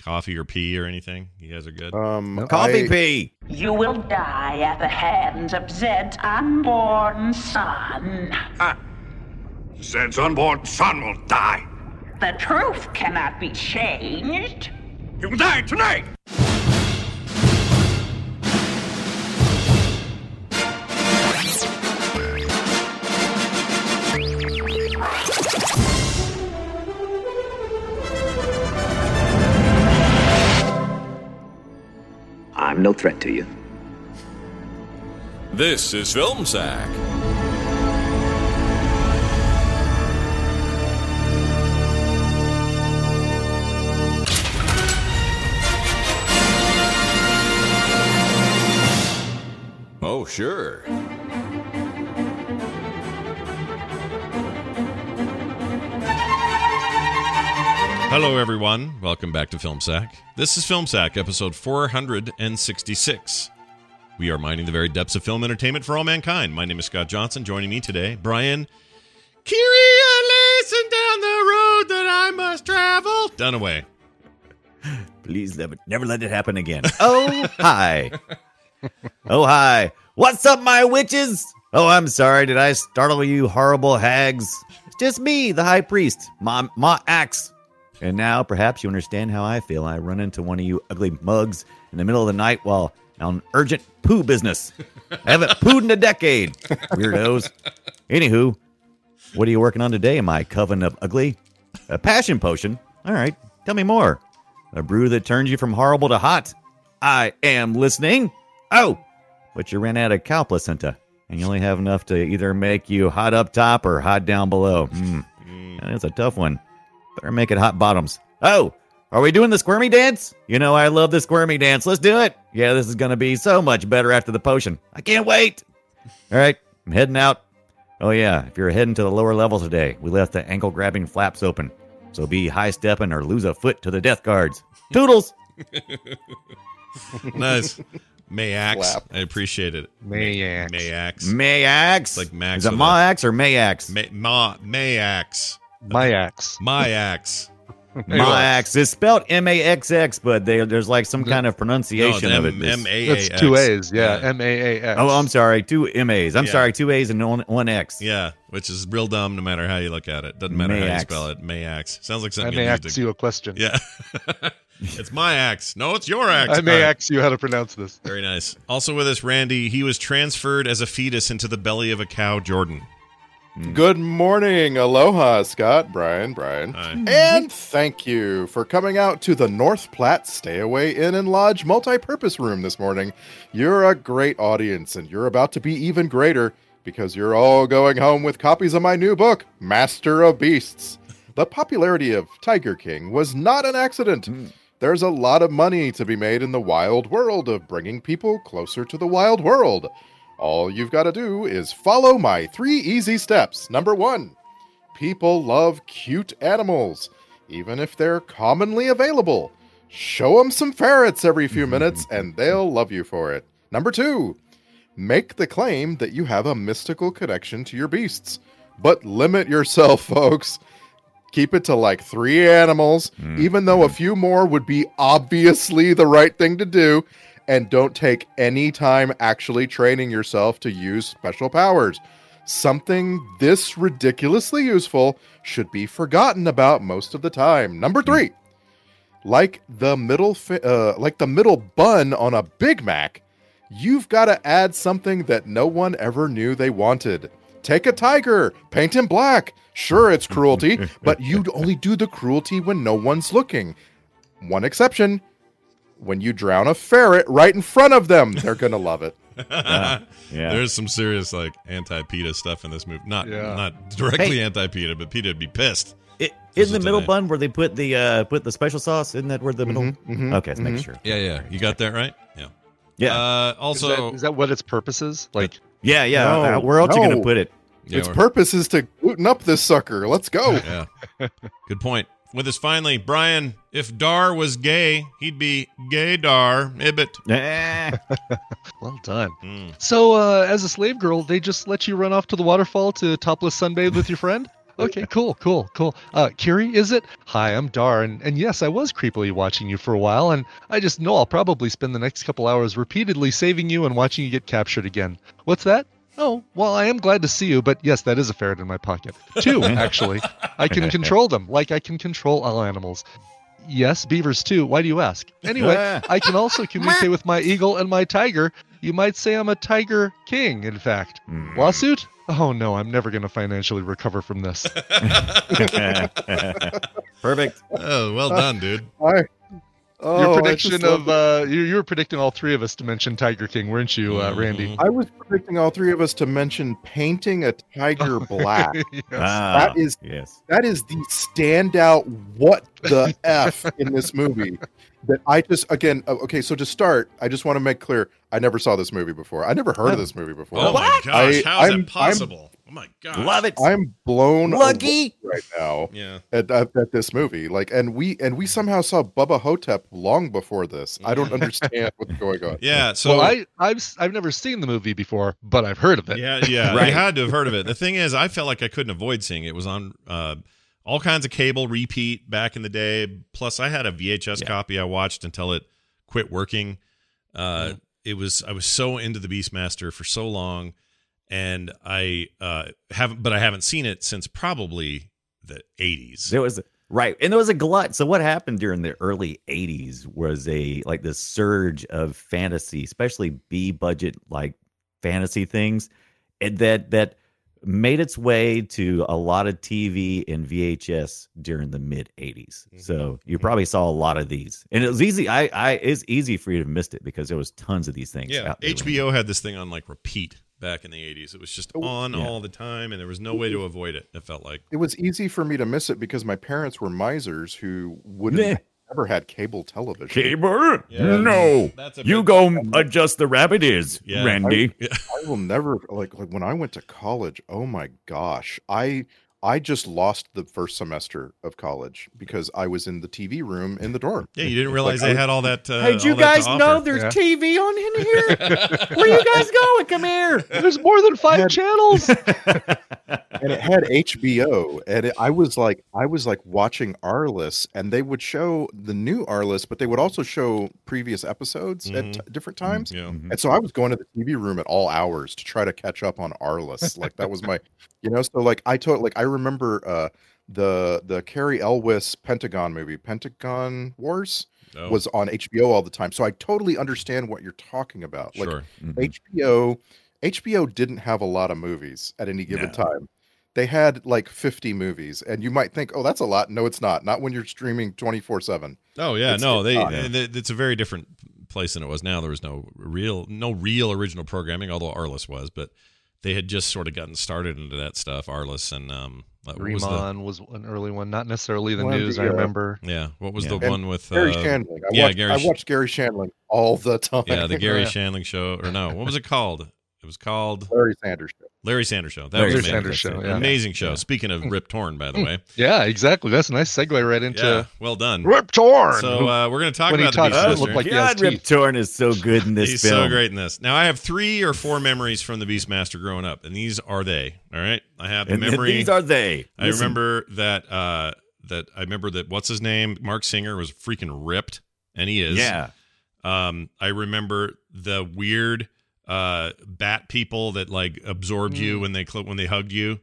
coffee or pee or anything? You guys are good. Um, Coffee I- pee. You will die at the hands of Zed's unborn son. Zed's Ah. unborn son will die. The truth cannot be changed. He will die tonight. I'm no threat to you. This is Film Sack. Oh, sure. Hello, everyone. Welcome back to Film Sack. This is Film Sack, episode 466. We are mining the very depths of film entertainment for all mankind. My name is Scott Johnson. Joining me today, Brian. Kyria Lason down the road that I must travel. Dunaway. Please never, never let it happen again. Oh, hi. Oh, hi. What's up, my witches? Oh, I'm sorry. Did I startle you, horrible hags? It's just me, the high priest, my, my axe. And now perhaps you understand how I feel. I run into one of you ugly mugs in the middle of the night while on urgent poo business. I haven't pooed in a decade, weirdos. Anywho, what are you working on today, my coven of ugly? A passion potion? All right, tell me more. A brew that turns you from horrible to hot. I am listening. Oh, but you ran out of cow placenta, and you only have enough to either make you hot up top or hot down below. Hmm, that's a tough one. Better make it hot bottoms. Oh, are we doing the squirmy dance? You know I love the squirmy dance. Let's do it. Yeah, this is gonna be so much better after the potion. I can't wait. All right, I'm heading out. Oh yeah, if you're heading to the lower levels today, we left the ankle grabbing flaps open. So be high stepping or lose a foot to the death guards. Toodles. Nice. Mayax. Flap. I appreciate it. Mayax. Mayax. Mayax. It's like Max Is it with a- Mayax or Mayax? Ma- ma- Mayax. my axe. Mayax. Mayax. It's spelled M A X X, but they, there's like some kind of pronunciation No, of it. Oh, M- M-A-A-X. That's two A's. Yeah, M A A X. oh, I'm sorry. Two M A's. I'm Yeah. sorry. Two A's and one, one X. Yeah, which is real dumb no matter how you look at it. Doesn't matter how you Mayax. spell it. Mayax. Sounds like I something may you'd ask use to- you a question. Yeah. it's my axe. No, it's your axe. I All may right. ask you how to pronounce this. Very nice. Also with us, Randy. He was transferred as a fetus into the belly of a cow, Jordan. Mm. Good morning, aloha, Scott, Brian, Brian, Hi. and thank you for coming out to the North Platte Stay Away Inn and Lodge multi-purpose room this morning. You're a great audience, and you're about to be even greater because you're all going home with copies of my new book, Master of Beasts. The popularity of Tiger King was not an accident. There's a lot of money to be made in the wild world of bringing people closer to the wild world. All you've got to do is follow my three easy steps. Number one, people love cute animals, even if they're commonly available. Show them some ferrets every few minutes and they'll love you for it. Number two, make the claim that you have a mystical connection to your beasts, but limit yourself, folks. Keep it to like three animals, even though a few more would be obviously the right thing to do. And don't take any time actually training yourself to use special powers. Something this ridiculously useful should be forgotten about most of the time. Number three, like the middle, fi- uh, like the middle bun on a Big Mac, you've got to add something that no one ever knew they wanted. Take a tiger, paint him black. Sure, it's cruelty, but you'd only do the cruelty when no one's looking. One exception when you drown a ferret right in front of them, they're going to love it. Yeah. There's some serious like anti-PETA stuff in this movie. Not Yeah. not directly Hey. anti-PETA, but PETA would be pissed. It, This in is the middle today. bun where they put the uh, put the special sauce? Isn't that where the middle? Mm-hmm, mhm, okay, let's make sure. Yeah, yeah. You got that right? Yeah. Yeah, Uh, also, is that, is that what its purpose is? Like, yeah, yeah. No, Uh, where else you gonna no. put it? yeah, its we're- purpose is to gluten up this sucker. Let's go. Yeah. Good point. With us finally, Brian. If Dar was gay, he'd be gay Dar Ibbit. Eh. well done. Mm. So, uh, as a slave girl, they just let you run off to the waterfall to topless sunbathe with your friend? Okay, cool, cool, cool. Uh, Kiri, is it? Hi, I'm Dar, and, and yes, I was creepily watching you for a while, and I just know I'll probably spend the next couple hours repeatedly saving you and watching you get captured again. What's that? Oh, well, I am glad to see you, but yes, that is a ferret in my pocket. Two, actually. I can control them, like I can control all animals. Yes, beavers too. Why do you ask? Anyway, I can also communicate with my eagle and my tiger. You might say I'm a tiger king, in fact. Hmm. Lawsuit? Oh no, I'm never going to financially recover from this. Perfect. Oh, well done, dude. I, oh, I your just prediction of love uh, you, you were predicting all three of us to mention Tiger King, weren't you, uh, Mm-hmm. Randy? I was predicting all three of us to mention painting a tiger black. Yes. Uh, Ah, That is- yes. That is the standout what the F in this movie. That I just, again, o- okay, so to start, I just want to make clear I never saw this movie before. I never heard of this movie before. Oh my gosh, I- how is I'm- that possible? oh my gosh. Love it. I'm blown away Lucky. right now Yeah. at, at, at this movie. Like, and we and we somehow saw Bubba Hotep long before this. I don't understand what's going on. Yeah. So well, I, I've s- I've never seen the movie before, but I've heard of it. Yeah, yeah. I Right. had to have heard of it. The thing is, I felt like I couldn't avoid seeing it. It was on uh, all kinds of cable repeat back in the day. Plus, I had a VHS Yeah. copy I watched until it quit working. Uh, Mm-hmm. It was I was so into the Beastmaster for so long, and I uh, haven't, but I haven't seen it since probably the eighties. There was right, and there was a glut. So what happened during the early '80s was a like this surge of fantasy, especially B budget like fantasy things, and that that made its way to a lot of TV and VHS during the mid '80s. Mm-hmm. So you probably saw a lot of these, and it was easy. I I it's easy for you to have missed it because there was tons of these things. Yeah, out there. HBO had this thing on like repeat back in the eighties. It was just on Oh, yeah. all the time, and there was no way to avoid it. It felt like. It was easy for me to miss it because my parents were misers who wouldn't Meh. have ever had cable television. Cable? Yeah. No. That's a You big- go adjust the rabbit ears, Yeah. Randy. I will never like like when I went to college. Oh my gosh, I I just lost the first semester of college because I was in the TV room in the dorm. Yeah, you didn't realize they had all that. Uh, hey, do you all that to guys know offer. there's Yeah. TV on in here? Where you guys going? Come here. There's more than five Yeah. channels. and it had HBO, and it, I was like, I was like watching Arliss, and they would show the new Arliss, but they would also show previous episodes at t- different times. Yeah. And so I was going to the TV room at all hours to try to catch up on Arliss. Like that was my, you know. So like I told, like I remember uh the the Carrie Elwes Pentagon movie, Pentagon Wars, Oh, was on HBO all the time. So I totally understand what you're talking about. Like sure. Mm-hmm. HBO, HBO didn't have a lot of movies at any given No. time. They had like 50 movies, and you might think, oh, that's a lot. No, it's not. Not when you're streaming 24 seven. Oh yeah, It's- no, they, it's not. they- it's a very different place than it was now. There was no real no real original programming, although Arliss was, but they had just sort of gotten started into that stuff. Arliss and um, what was the Remon was an early one, not necessarily the One of news. the, I uh, remember. yeah, what was Yeah. the And one with Gary uh, Shandling. I, yeah, watched, Gary I Sh- watched Gary Shandling all the time. yeah the Gary Yeah. Shandling show or no, what was it called? It was called Larry Sanders. show. Larry Sanders Show. That Larry was There's amazing. Sanders Sanders show. Show. Yeah. Amazing show. Yeah. Speaking of Rip Torn, by the way, yeah, exactly. That's a nice segue right yeah, into well done. Rip Torn. So uh, we're going to talk When he about the talks, it Beastmaster. looked like E he has God, Rip teeth. Torn is so good in this He's film. so great in this. Now I have three or four memories from the Beastmaster growing up, and these are they. All right, I have the And, and memory. these are they. I Listen, remember that. Uh, that I remember that. What's his name? Mark Singer was freaking ripped, and he is. Yeah. Um, I remember the weird uh bat people that like absorbed you when they cl- when they hugged you.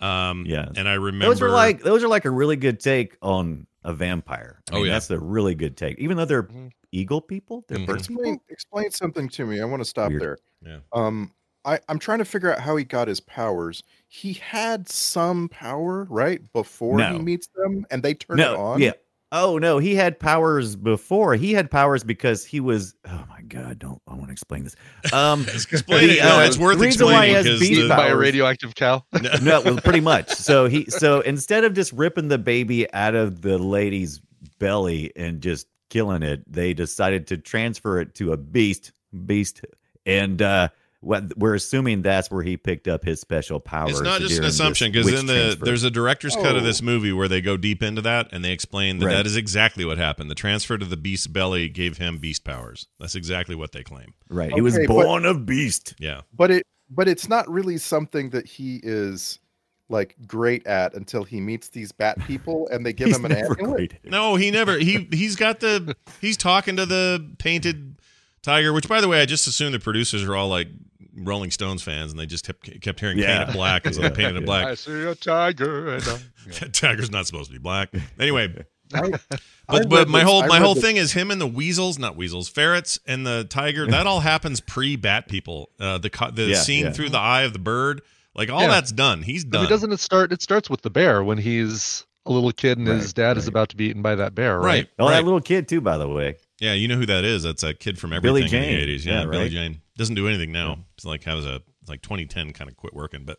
Um, Yes. And I remember Mm. Those are like those are like a really good take on a vampire. I Oh, mean, yeah. that's a really good take. Even though they're Mhm. eagle people, they're Mhm. birds Explain, people. explain something to me. I want to stop Weird. there. Yeah. Um, I, I'm trying to figure out how he got his powers. He had some power, right? Before he No. meets them and they turn no, it on. yeah. Oh no, he had powers before. He had powers because he was. Oh my god, don't I want to explain this? Um, explain it. No, uh, it's worth the reason why he explaining has because beast the- by a powers- radioactive cow. no, well, pretty much. So he so instead of just ripping the baby out of the lady's belly and just killing it, they decided to transfer it to a beast, beast, and uh, what we're assuming that's where he picked up his special powers. It's not just an during this assumption because witch then the transfer. there's a director's cut of Oh. this movie where they go deep into that and they explain that Right. that is exactly what happened. The transfer to the beast's belly gave him beast powers. That's exactly what they claim. right. He was Okay, but- born of beast. Yeah, but it but it's not really something that he is like great at until he meets these bat people and they give He's him an never amulet. great at it. No, he never. He he's got the. He's talking to the painted tiger. Which, by the way, I just assume the producers are all like Rolling Stones fans, and they just kept, kept hearing Yeah. painted black as i Yeah. painted Yeah. black. see a tiger. And, uh, That tiger's not supposed to be black. Anyway, I- I but but read my this- whole I my read whole this- thing is him and the weasels, not weasels, ferrets and the tiger. That all happens pre Bat People. Uh, the co- the Yeah, scene yeah. through the eye of the bird, like all Yeah. that's done. He's I mean, done. doesn't it start? It starts with the bear when he's a little kid and his Right, dad is right. about to be eaten by that bear, right? right. Oh, right. that little kid too, by the way. Yeah, you know who that is. That's a kid from everything Billie in Jane. the eighties. Yeah, Yeah, Billy right. Jane doesn't do anything now. It's like has a it's like 2010 kind of quit working. But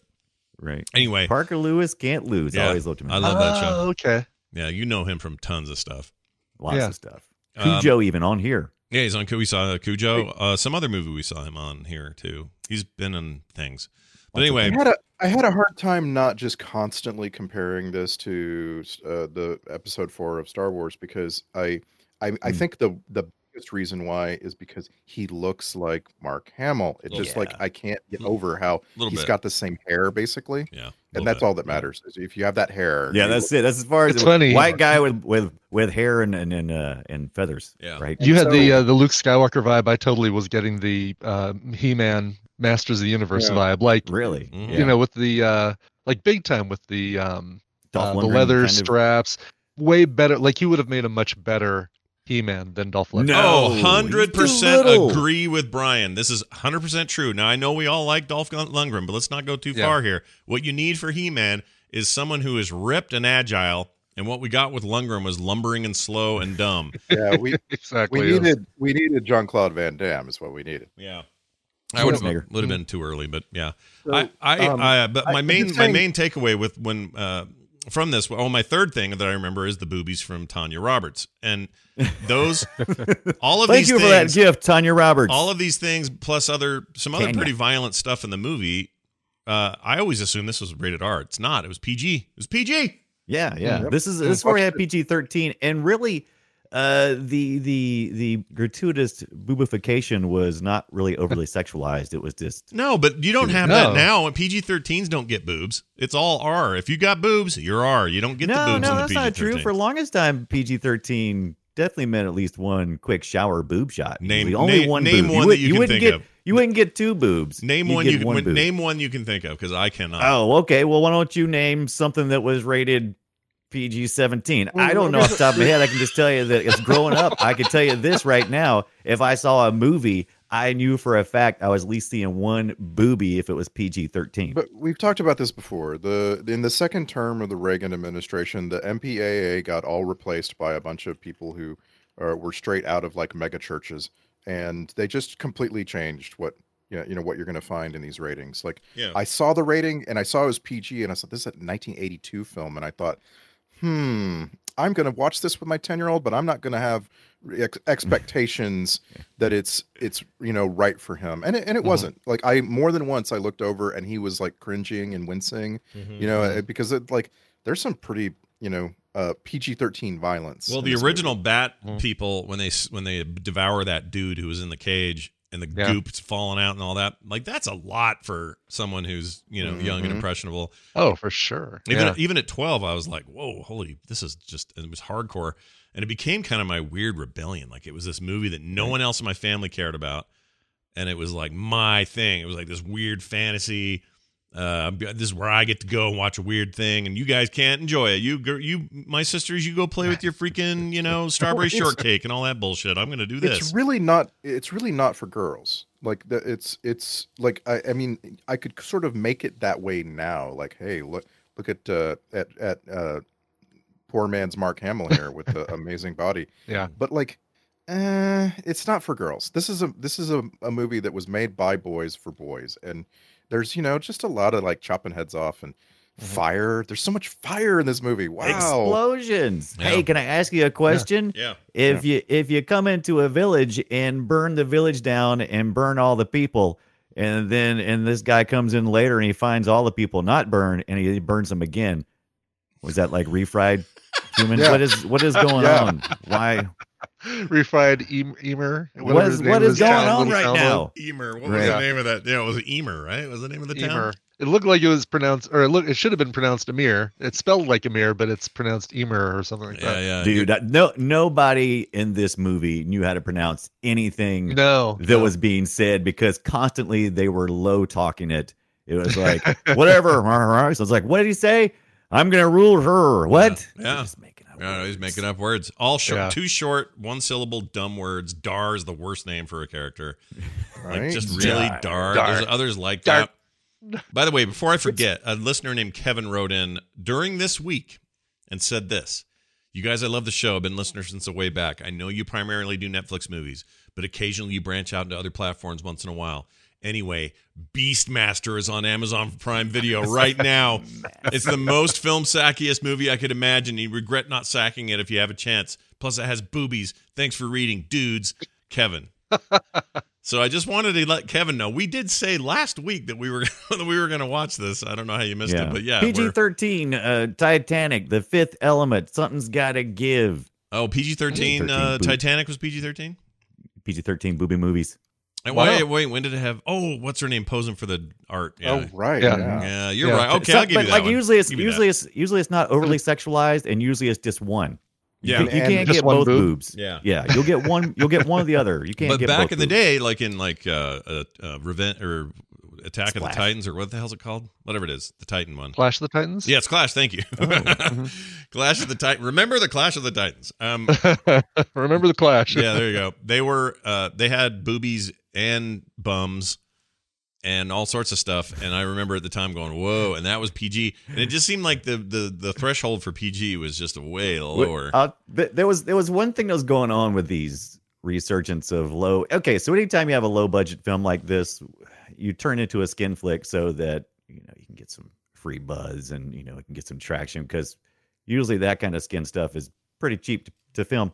Right. anyway, Parker Lewis can't lose. Yeah. I always looked him. I love that show. Oh, okay. Yeah, you know him from tons of stuff. Lots yeah. of stuff. Um, Cujo even on here. Yeah, he's on. Cu- We saw Cujo. Uh, some other movie we saw him on here too. He's been in things. But Lots of anyway, I had a I had a hard time not just constantly comparing this to uh, the episode four of Star Wars because I I, I Hmm. think the the biggest reason why is because he looks like Mark Hamill. It's just like Yeah. I can't get over how little he's bit. got the same hair basically, yeah, little and that's bit. all that matters. Is if you have that hair, Yeah, you that's it. That's as far as It's funny. white guy with with with hair and and and, uh, and feathers. Yeah. Right. You had so- the uh, the Luke Skywalker vibe. I totally was getting the uh, He Man Masters of the Universe Yeah. vibe, like Really. Mhm. Yeah. you know, with the uh, like big time with the um, Dolph uh, the Lundgren leather kind of- straps. Way better. Like you would have made a much better He Man than Dolph Lundgren. Oh, No, 100% little. agree with Brian. This is 100% true. Now, I know we all like Dolph Lund- Lundgren, but let's not go too Yeah. far here. What you need for He Man is someone who is ripped and agile. And what we got with Lundgren was lumbering and slow and dumb. yeah. We exactly. we needed we needed Jean Claude Van Damme is what we needed. yeah. I would have, Schwarzenegger. would have been too early, but yeah. So, I, I, um, I, but I- my I'm main, just my saying- main takeaway with when, uh, from this, oh, my third thing that I remember is the boobies from Tanya Roberts, and those, all of Thank these you for that things, gift, Tanya Roberts. all of these things plus other some other Tanya. pretty violent stuff in the movie uh, i always assumed this was rated r it's not it was pg it was pg yeah, yeah. Yep. This is Yeah, this is where we watch had it. PG thirteen, and really, uh, the the the gratuitous boobification was not really overly sexualized. It was just no but you don't have No. that now and pg-13s don't get boobs it's all r if you got boobs you're r you don't get the no, boobs no, in the that's pg-13 not true. For longest time, PG thirteen definitely meant at least one quick shower boob shot. Name- the only name- one. name boob. one that would- you can wouldn't think get. of. You wouldn't get two boobs. name You'd one get you can one when- boob. name one you can think of because i cannot Oh, okay. Well, why don't you name something that was rated PG 17? I don't know off the top of my head. I can just tell you that it's growing up. I can tell you this right now. If I saw a movie, I knew for a fact I was at least seeing one booby if it was PG 13. But we've talked about this before. The in the second term of the Reagan administration, the MPAA got all replaced by a bunch of people who uh, were straight out of like mega churches, and they just completely changed what you know, you know what you're going to find in these ratings. Like yeah I saw the rating and I saw it was PG, and I said this is a 1982 film, and I thought, hmm, I'm going to watch this with my 10 year old, but I'm not going to have ex- expectations that it's it's you know right for him, and it, and it Mhm. wasn't. Like I more than once I looked over and he was like cringing and wincing, Mm-hmm. you know, uh, because it like there's some pretty you know uh, PG 13 violence. well in the this original bat Mhm. people when they s- when they devour that dude who was in the cage and the Yeah. goop's falling out and all that like that's a lot for someone who's you know young and Mhm. impressionable Oh, for sure. Even yeah. even at twelve, I was like, "Whoa, holy! This is just." It was hardcore, and it became kind of my weird rebellion. Like it was this movie that no one else in my family cared about, and it was like my thing. It was like this weird fantasy. Uh, this is where I get to go and watch a weird thing, and you guys can't enjoy it. You, gir- you, my sisters, you go play with your freaking, you know, strawberry it's- shortcake and all that bullshit. I'm gonna do It's this. really not. It's really not for girls. Like the, it's it's like I, I mean I could sort of make it that way now. Like hey look look at uh, at at uh, poor man's Mark Hamill here with the amazing body. Yeah. But like, eh, it's not for girls. This is a this is a, a movie that was made by boys for boys, and there's you know just a lot of like chopping heads off and fire. There's so much fire in this movie. Wow. Explosions. Yeah. Hey, can I ask you a question? yeah, If you if you come into a village and burn the village down and burn all the people, and then and this guy comes in later and he finds all the people not burned and he burns them again. Was that like refried humans? Yeah. What is what is going Yeah. on? Why Refried em- Emer. what whatever is his name what is was, going John on Little Calvo. right now? Emer. What was Right. the name of that? Yeah, it was Emer, right? It was the name of the town. Emer. It looked like it was pronounced, or it look, it should have been pronounced Emir. It's spelled like Emir, but it's pronounced Emir or something like Yeah, that. yeah. Dude, I- no nobody in this movie knew how to pronounce anything No, that no. was being said because constantly they were low talking it. It was like whatever. so I was like, what did he say? I'm gonna rule her. What? Yeah. He's just making up. Yeah, he's words. making up words. All short, Yeah. too short, one syllable, dumb words. Dar is the worst name for a character. Like Right? just really Dar. dar. Dar. There's others like Dar. that. By the way, before I forget, a listener named Kevin wrote in during this week and said this. You guys, I love the show. I've been listeners since the way back. I know you primarily do Netflix movies, but occasionally you branch out into other platforms once in a while. Anyway, Beastmaster is on Amazon Prime Video right now. It's the most film sackiest movie I could imagine. You regret not sacking it if you have a chance. Plus, it has boobies. Thanks for reading, dudes. Kevin. so I just wanted to let Kevin know we did say last week that we were that we were going to watch this. I don't know how you missed it, but yeah, PG we're- thirteen, uh, Titanic, The Fifth Element, something's got to give. oh PG thirteen. Uh, PG-13 boot. Titanic was PG thirteen. PG thirteen booby movies. Wait, Wow. wait, wait, when did it have? Oh, what's her name posing for the art? Yeah, Oh, right. Yeah. Yeah. yeah you're Yeah. right. Okay, So- I'll give but you that. like one. usually it's Give me usually it's usually it's not overly sexualized, and usually it's just one. You Yeah. can't- you And can't just get one both boob? boobs. Yeah. yeah, you'll get one. You'll get one or the other. You can't. But get back both in the boobs. day, like in like uh, uh, uh Revenge or Attack of the Splash. Titans or what the hell's it called? Whatever it is, the Titan one. Clash of the Titans. Yeah, it's Clash. Thank you. Oh, mm-hmm. Clash of the Titan. Remember the Clash of the Titans? Um, remember the Clash. yeah, there you go. They were uh, they had boobies and bums and all sorts of stuff. And I remember at the time going, "Whoa!" And that was PG. And it just seemed like the the the threshold for PG was just way lower. Uh, th- there was there was one thing that was going on with these resurgence of low. Okay, so anytime you have a low budget film like this, you turn into a skin flick so that you know you can get some free buzz and you know you can get some traction because usually that kind of skin stuff is pretty cheap to, to film.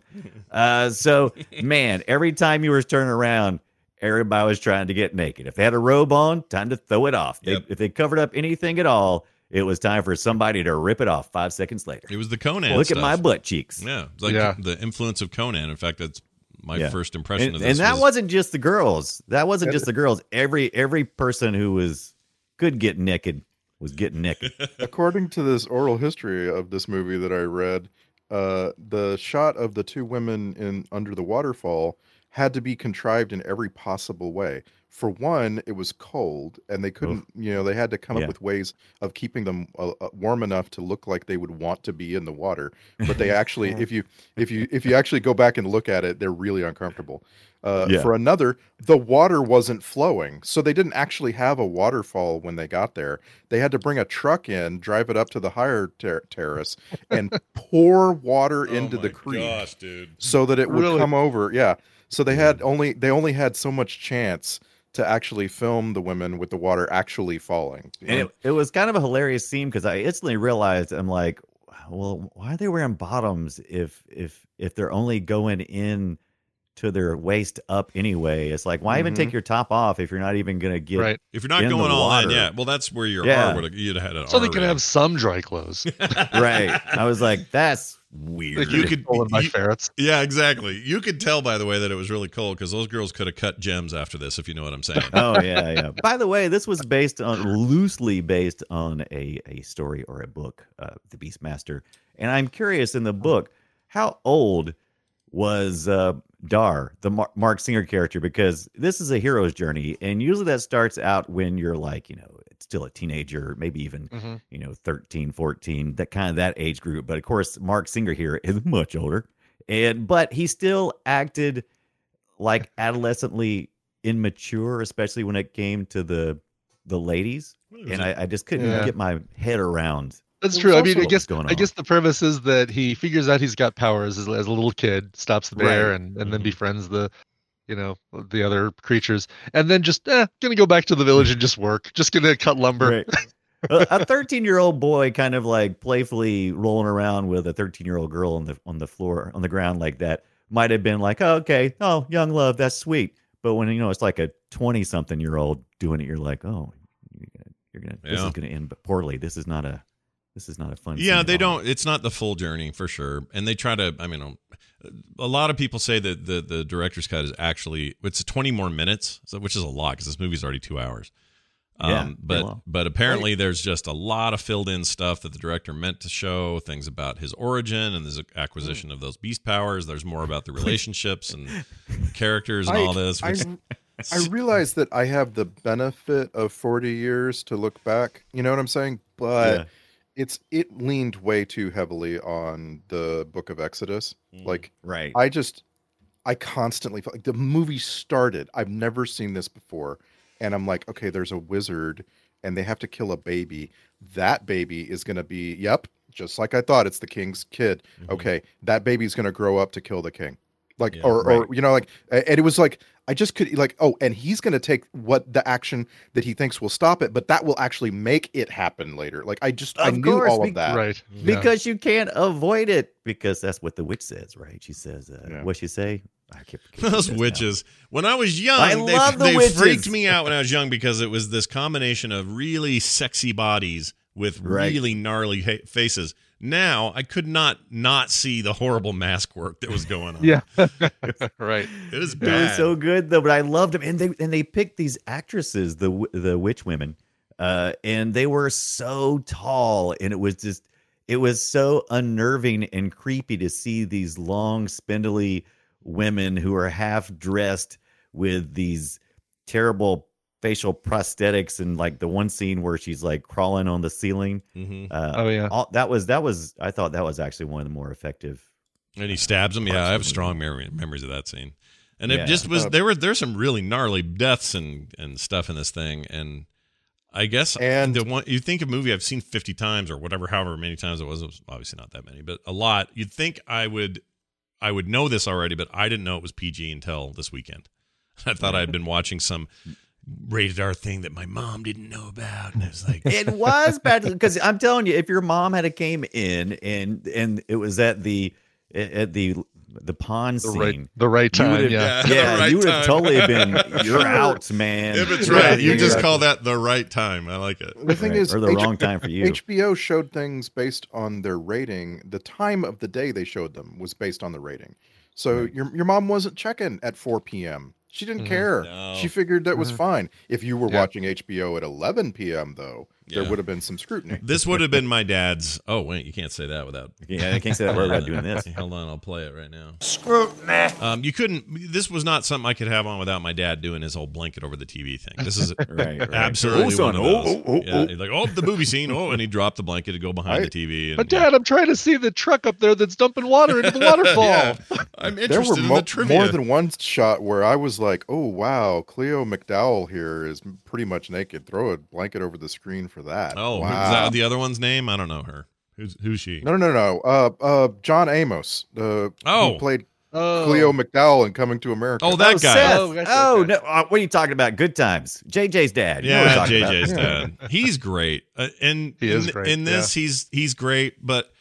Uh, so man, every time you were turning around. Everybody was trying to get naked. If they had a robe on, time to throw it off. They, Yep. If they covered up anything at all, it was time for somebody to rip it off five seconds later. It was the Conan. Look stuff. at my butt cheeks. Yeah, it's like Yeah. the influence of Conan. In fact, that's my Yeah. first impression and, of and this. that was, was, not just the girls. That wasn't just the girls. Every every person who was could get naked was getting naked. According to this oral history of this movie that I read, uh, the shot of the two women in under the waterfall had to be contrived in every possible way. For one, it was cold, and they couldn't. You know, they had to come Yeah. up with ways of keeping them uh, uh, warm enough to look like they would want to be in the water. But they actually, if you if you if you actually go back and look at it, they're really uncomfortable. Uh, Yeah. For another, the water wasn't flowing, so they didn't actually have a waterfall when they got there. They had to bring a truck in, drive it up to the higher ter- terrace, and pour water Oh into the my creek Gosh, dude. so that it would Really? come over. Yeah. So they Hmm. had only they only had so much chance to actually film the women with the water actually falling. And it, it was kind of a hilarious scene because I instantly realized I'm like, well, why are they wearing bottoms if if if they're only going in to their waist up anyway? It's like why even Mhm. take Mm-hmm. your top off if you're not even gonna get Right. If you're not in the going all in, water. yeah. Well, that's where your Yeah. R would have. You'd have had an So R. they could rating. have some dry clothes. right? I was like, that's They weird. You be could- stolen by you- ferrets. Yeah, exactly. You could tell by the way that it was really cold because those girls could have cut gems after this, if you know what I'm saying. oh yeah, yeah. By the way, this was based on loosely based on a a story or a book, uh, The Beastmaster. And I'm curious in the book, how old was uh, Dar, the Mar- Mark Singer character? Because this is a hero's journey, and usually that starts out when you're like, you know, still a teenager, maybe even Mhm. you know 13 14 that kind of that age group but of course mark singer here is much older and but he still acted like adolescently immature especially when it came to the the ladies and i, I just couldn't Yeah. get my head around That's It true. was I mean, also I what guess was going I guess the premise is that he figures out he's got powers as, as a little kid, stops the bear, Right. and, and then Mm-hmm. Mhm. befriends the, you know, the other creatures, and then just eh, gonna go back to the village and just work, just gonna cut lumber. Right. a a 13 year old boy kind of like playfully rolling around with a 13 year old girl on the on the floor on the ground like that might have been like oh, okay oh young love that's sweet but when you know it's like a 20 something year old doing it you're like oh you're gonna, you're gonna this Yeah. is gonna end poorly this is not a this is not a fun yeah scene they at all." don't it's not the full journey for sure and they try to i mean um, a lot of people say that the the director's cut is actually it's 20 more minutes so- which is a lot because this movie's already two hours Um, Yeah, pretty but well. but apparently there's just a lot of filled in stuff that the director meant to show things about his origin and his acquisition Mm. of those beast powers. There's more about the relationships and characters and I- all this. I, which- I realize that I have the benefit of 40 years to look back. You know what I'm saying? But Yeah. it's it leaned way too heavily on the book of Exodus. Hmm. Like Right. I just I constantly felt like the movie started. I've never seen this before. And I'm like, okay, there's a wizard and they have to kill a baby. That baby is gonna be, yep, just like I thought, it's the king's kid. Mm-hmm. Okay, that baby's gonna grow up to kill the king. Like Yeah, or right. or you know, like a- and it was like I just could like, oh, and he's gonna take what the action that he thinks will stop it, but that will actually make it happen later. Like I just I Of knew course, all be- of that. Right. yeah. because you can't avoid it because that's what the witch says, right? She says, uh, Yeah. "What she say?" I can't. forget what she Those says now. witches. When I was young, I they, love the they witches. freaked me out when I was young because it was this combination of really sexy bodies with Right. really gnarly ha- faces. Now I could not not see the horrible mask work that was going on. Yeah. right. it was They were bad. so good though, but I loved them, and they and they picked these actresses, the w- the witch women, uh, and they were so tall, and it was just it was so unnerving and creepy to see these long, spindly women who are half dressed with these terrible facial prosthetics, and like the one scene where she's like crawling on the ceiling. Mhm. Uh, Oh yeah. all, that was that was I thought that was actually one of the more effective. And he stabs him. Yeah, I have Personally. strong memory, memories of that scene. And it Yeah. Oh. just was Uh, there were there's some really gnarly deaths and and stuff in this thing. And I guess And- the one you think a movie I've seen 50 times or whatever, however many times it was, it was obviously not that many, but a lot. You'd think I would I would know this already, but I didn't know it was PG until this weekend. I thought I had been watching some rated R thing that my mom didn't know about, and I was like, It was bad because I'm telling you, if your mom had a came in and and it was at the at the the pawn The scene, right the right you would time. have- Yeah. the yeah, right you would have time. totally been you're out, man. if it's You're right, out you here." just call that the right time. I like it. The thing Right, is, or the H- wrong time for you. HBO showed things based on their rating. The time of the day they showed them was based on the rating. So your your mom wasn't checking at 4 p.m. She didn't Mhm. care. No. She figured that was Mhm. fine. If you were Yeah. watching HBO at 11 p.m., though, Yeah. there would have been some scrutiny. This would have been my dad's. Oh wait, you can't say that without. Yeah, I can't say that word without doing this. Hold on, I'll play it right now. Um, you couldn't. This was not something I could have on without my dad doing his whole blanket over the TV thing. This is Right, right. absolutely Oh, son, one of oh, those. oh, oh, yeah, he's like oh the movie scene. Oh, and he dropped the blanket to go behind Right. the TV. And, But dad, I'm trying to see the truck up there that's dumping water into the waterfall. Yeah. I'm There interested were in mo- the trivia. more than one shot where I was like, "Oh wow, Cleo McDowell here is pretty much naked. Throw a blanket over the screen for that." oh, wow. is that the other one's name? I don't know her. Who's who's she? no, no, no, no. Uh, uh, John Amos. Uh, Oh. who played Oh. Cleo McDowell in Coming to America. Oh, that guy. Seth. Oh, Oh, that's okay. no, uh, what are you talking about? Good times. JJ's dad. You know Yeah, what I'm talking JJ's about. dad. He's great. Uh, and He is in, great, in this, he's he's great, but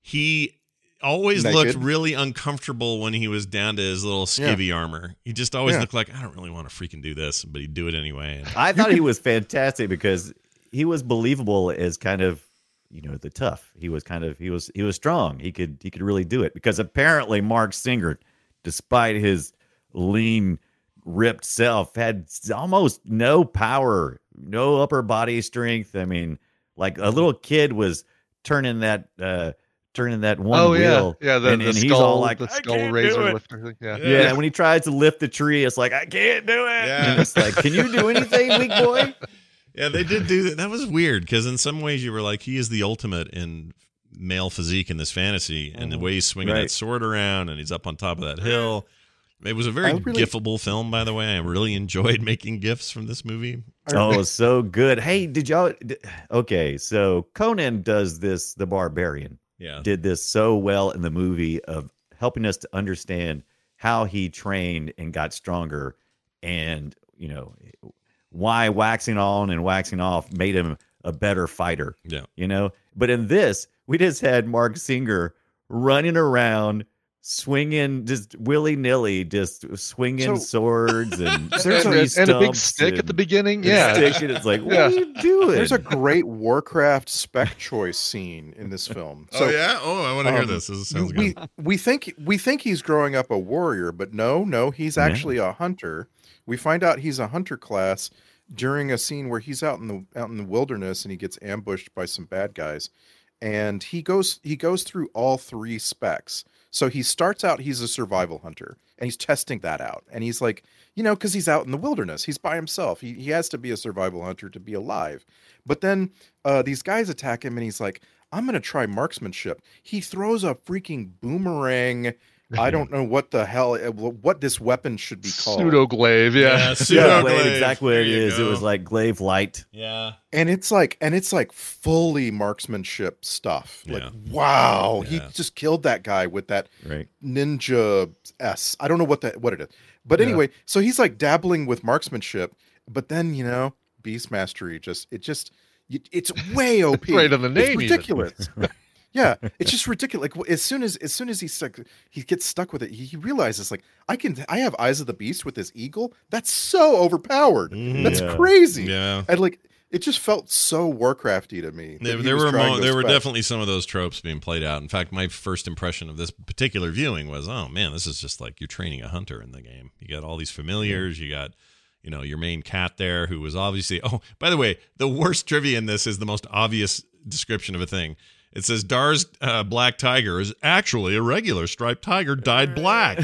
he always Naked. looked really uncomfortable when he was down to his little skivvy armor. He just always Yeah. looked like I don't really want to freaking do this, but he'd do it anyway. And I thought he was fantastic because he was believable as kind of you know the tough. He was kind of he was he was strong. He could he could really do it because apparently Mark Singer, despite his lean, ripped self, had s- almost no power, no upper body strength. I mean, like a little kid was turning that uh turning that one Oh yeah, wheel. yeah. The, and, the and skull, he's all like, the "I skull can't do razor it." lifter. Yeah. Yeah. Yeah. when he tries to lift the tree, it's like I can't do it. Yeah. And it's like, can you do anything, weak boy? yeah, they did do that. That was weird because in some ways you were like, he is the ultimate in male physique in this fantasy, and the way he's swinging that Mm. Right. sword around and he's up on top of that hill. It was a very I really- gifable film, by the way. I really enjoyed making gifs from this movie. Oh, so good. Hey, did y'all? d- Okay, so Conan does this, the barbarian Yeah. did this so well in the movie of helping us to understand how he trained and got stronger and, you know, why waxing on and waxing off made him a better fighter. Yeah. You know, but in this, we just had Mark Singer running around. Swinging, just willy nilly, just swinging So- swords and There's And, tree a, and a big stumps stick at and- the beginning. and Yeah. stick it. It's like, what Yeah. are you doing? There's a great Warcraft spec choice scene in this film. So oh yeah. Oh, I want to hear um, this. This you- sounds we good. we think we think he's growing up a warrior, but no, no, he's No. actually a hunter. We find out he's a hunter class, during a scene where he's out in the out in the wilderness and he gets ambushed by some bad guys and he goes he goes through all three specs so he starts out he's a survival hunter and he's testing that out and he's like you know because he's out in the wilderness he's by himself he, he has to be a survival hunter to be alive but then uh, these guys attack him and he's like i'm gonna try marksmanship he throws a freaking boomerang i don't know what the hell uh, what this weapon should be called Pseudoglaive, yeah. pseudo Glaive, glaive. exactly what There it you is. It go. was like glaive light. yeah, and it's like and it's like fully marksmanship stuff like Yeah. wow Yeah. he just killed that guy with that Right. ninja s i don't know what that what it is but Yeah. anyway so he's like dabbling with marksmanship but then you know beast mastery just it just y- it's way op Right on the name even. it's ridiculous yeah it's just ridiculous like as soon as as soon as he stuck he gets stuck with it he, he realizes like i can i have eyes of the beast with this eagle that's so overpowered Mhm. that's Yeah. crazy yeah. and like it just felt so Warcrafty to me. that There, he there was were trying mo- those there were specs. definitely some of those tropes being played out. In fact, my first impression of this particular viewing was, oh man, this is just like you're training a hunter in the game. You got all these familiars. You got, you know, your main cat there who was obviously. Oh, by the way, the worst trivia in this is the most obvious description of a thing. It says Dar's uh, black tiger is actually a regular striped tiger dyed black.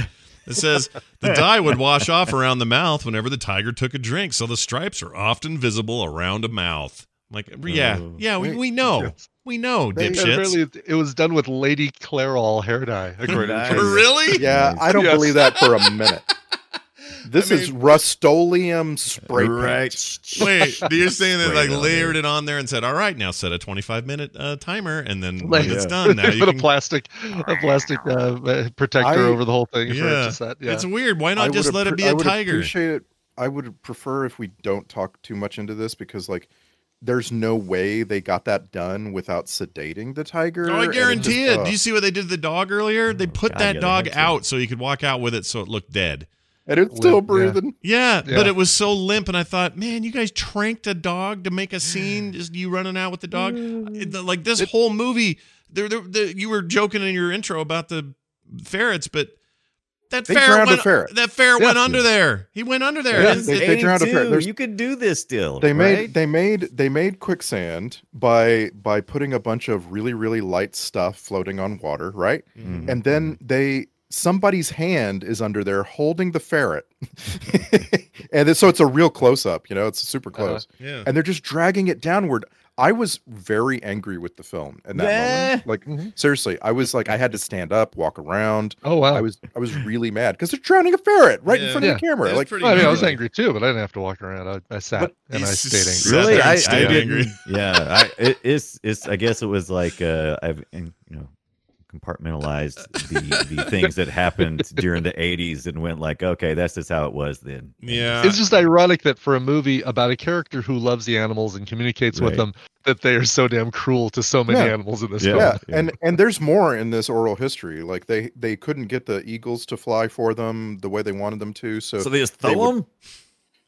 It says the dye would wash off around the mouth whenever the tiger took a drink, so the stripes are often visible around a mouth. I'm like, yeah, Oh. yeah, we, we know. We know, They- And Apparently, dipshits. it- it was done with Lady Clairol hair dye, according to Nice. Trevor. Really? Yeah, I don't Yes. believe that for a minute. This is Rust-Oleum spray paint. Wait, you're saying they like Right on, layered it on there and said, all right, now set a 25 minute uh, timer, and then when Like- it's done, now They you put a can. plastic, a plastic uh, uh, protector I- over the whole thing. for Yeah. just that. yeah. It's weird. Why I not would just let it appre- be a I would tiger? Appreciate it. I would prefer if we don't talk too much into this because, like, there's no way they got that done without sedating the tiger. Oh, I and it guarantee just- it. uh, ugh. Do you see what they did to the dog earlier? They put God, yeah, that they dog had to. out so he could walk out with it so it looked dead. and it's still Well, yeah. breathing. Yeah, Yeah. but it was so limp, and I thought, man, you guys tranked a dog to make a scene. Just you running out with the dog, It- the- like this whole movie. There, there, the you were joking in your intro about the ferrets, but that They ferret, drowned a went, ferret. that ferret Yeah. went under there. He went under there. Yeah, It's- they- it- they drowned a pair. There's- You could do this still. They made right? they made they made quicksand by by putting a bunch of really really light stuff floating on water, right? Mhm. And then they somebody's hand is under there holding the ferret, and then, so it's a real close up. You know, it's super close, Uh-huh. yeah. and they're just dragging it downward. I was very angry with the film in that moment. Like Mm-hmm. Mhm. seriously, I was like I had to stand up, walk around. Oh wow! I was I was really mad because they're drowning a ferret right Yeah. in front Yeah. of the camera. That's Like pretty Well, I mean, I good. was angry too, but I didn't have to walk around. I, I sat But and I he's stayed angry. sat Really? there and I- I stayed didn't- angry. yeah, I, it, it's it's. I guess it was like uh, I've in, you know compartmentalized the the things that happened during the '80s and went like, okay, that's just how it was then. Yeah. It's just ironic that for a movie about a character who loves the animals and communicates Right. with them, that they are so damn cruel to so many Yeah. animals in this Yeah. film. yeah, yeah. and and there's more in this oral history like they they couldn't get the eagles to fly for them the way they wanted them to so, So they just They throw would- them.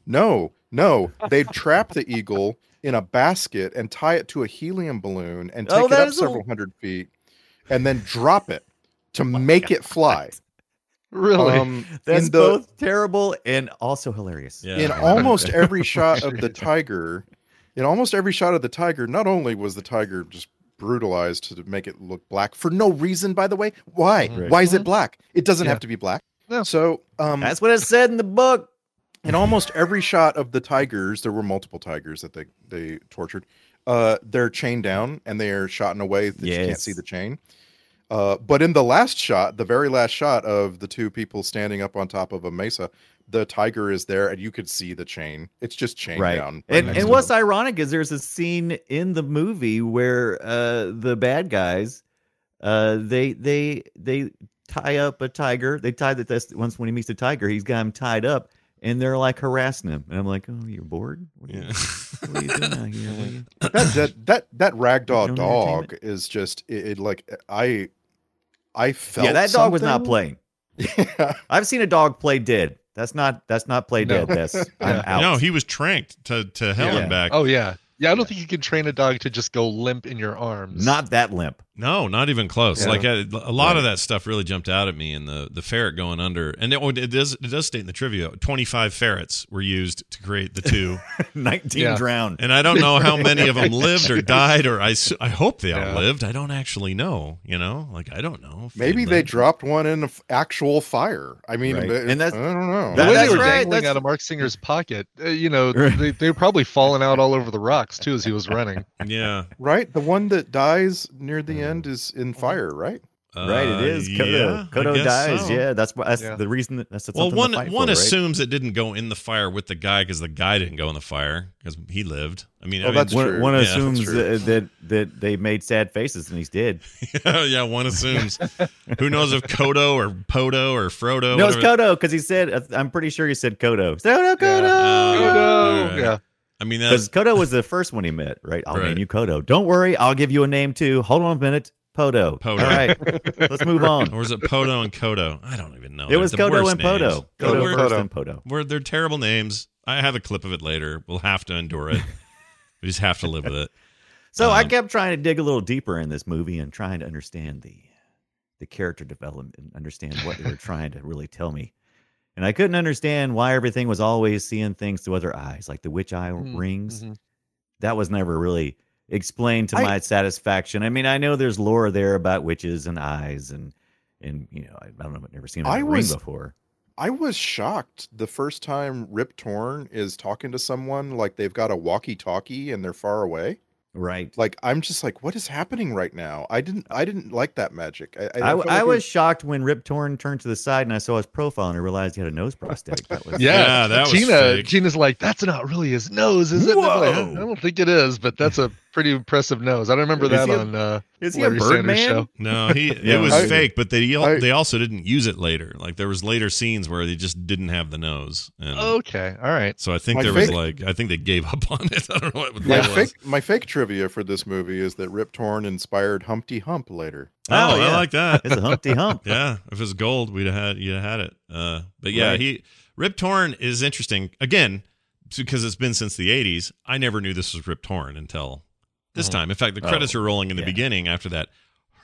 no no they trapped the eagle in a basket and tie it to a helium balloon and Oh, take it that up is a- several hundred feet and then drop it to make it fly Really? um That's in the- both terrible and also hilarious. Yeah. in almost every shot of the tiger in almost every shot of the tiger not only was the tiger just brutalized to make it look black for no reason by the way why Right. why is it black it doesn't Yeah. have to be black No. so um That's what it said in the book. in almost every shot of the tigers there were multiple tigers that they they tortured uh they're chained down and they are shot in a way that you can't Yes. see the chain uh but in the last shot the very last shot of the two people standing up on top of a mesa the tiger is there and you could see the chain it's just chained right. down and next and to what's them. ironic is there's a scene in the movie where uh, the bad guys uh, they they they tie up a tiger. They tie the that's once when he meets the tiger, he's got him tied up, and they're like harassing him. And I'm like, oh, you're bored. What are, Yeah. you, what are you doing out here? What are you-" that that that, that ragdoll Don't dog is just it, it like i i felt Yeah, that dog was not something. playing. yeah. I've seen a dog play dead. That's not that's not play No. dead. That's I'm out. No, he was tranked to, to hell Yeah. and back. oh yeah, yeah. I don't think you can train a dog to just go limp in your arms. not that limp. No, not even close. Yeah. Like I, a lot of that stuff really jumped out at me, and the the ferret going under, and it, oh, it does it does state in the trivia twenty five ferrets were used to create the two, 19 Yeah. drowned. and I don't know how many of them lived or died, or I, s- I hope they Yeah. all lived. I don't actually know. You know, like I don't know. if Maybe they lived. dropped one in a f- actual fire. I mean, Right. it- And that's- I don't know. The way That's they were right, dangling that's- out of Mark Singer's pocket, uh, you know, Right. they, they were probably falling out all over the rocks too as he was running. Yeah, right, the one that dies near the end is in fire, right? Right, it Uh, is. Kodo, yeah, I Kodo guess dies. so. Yeah, that's why- that's Yeah. the reason. That, that's Well, something to one fight one for, right? assumes it didn't go in the fire with the guy because the guy didn't go in the fire because he lived. I mean, I Oh, mean, that's One, true. one Yeah, that's assumes true. that, that that they made sad faces and he's dead. yeah, one assumes. Who knows if Kodo or Podo or Frodo? no, it's whatever- Kodo because he said. uh, I'm pretty sure he said Kodo. So, no, Uh, Kodo. Oh, alright. Yeah. I mean, Because that's Kodo was the first one he met, right? I'll Right. name you Kodo. Don't worry, I'll give you a name too. Hold on a minute, Podo. Podo. All right, let's move on. or is it Podo and Kodo? I don't even know. It was They're the Kodo worst and names. Podo. They're Kodo wor- first and Podo. wor- they're terrible names. I have a clip of it later. We'll have to endure it. we just have to live with it. So I Um, kept trying to dig a little deeper in this movie and trying to understand the the character development and understand what they were trying to really tell me. And I couldn't understand why everything was always seeing things through other eyes, like the witch eye Mm, rings. mhm. That was never really explained to I- my satisfaction. I mean, I know there's lore there about witches and eyes and and you know, I, I don't know, I've never seen a I ring was- before. I was shocked the first time Rip Torn is talking to someone like they've got a walkie-talkie and they're far away. Right. Like I'm just like, what is happening right now? I didn't, I didn't like that magic. I, I, I, felt I like it was shocked when Rip Torn turned to the side and I saw his profile and I realized he had a nose prosthetic. That was Yeah, Yeah, that was Gina, fake. Gina's like, that's not really his nose, is it? And I'm like, Whoa. I don't think it is, but that's a pretty impressive nose. I don't remember Is that he a- on uh, Is he Larry a bird Sanders man? show. No, he Yeah. it was I- fake, but they al- I- they also didn't use it later. Like there was later scenes where they just didn't have the nose. And Oh. Okay, all right. So I think My there was fake- like I think they gave up on it. I don't know what My that was. fake, my fake trivia for this movie is that Rip Torn inspired Humpty Hump later. Oh, Oh, yeah. I like that. It's a Humpty Hump. yeah, if it's gold, we'd have had you'd have had it. Uh, but yeah, Right. he Rip Torn is interesting again because it's been since the '80s. I never knew this was Rip Torn until this time. In fact, the Oh, credits are rolling in the yeah. beginning after that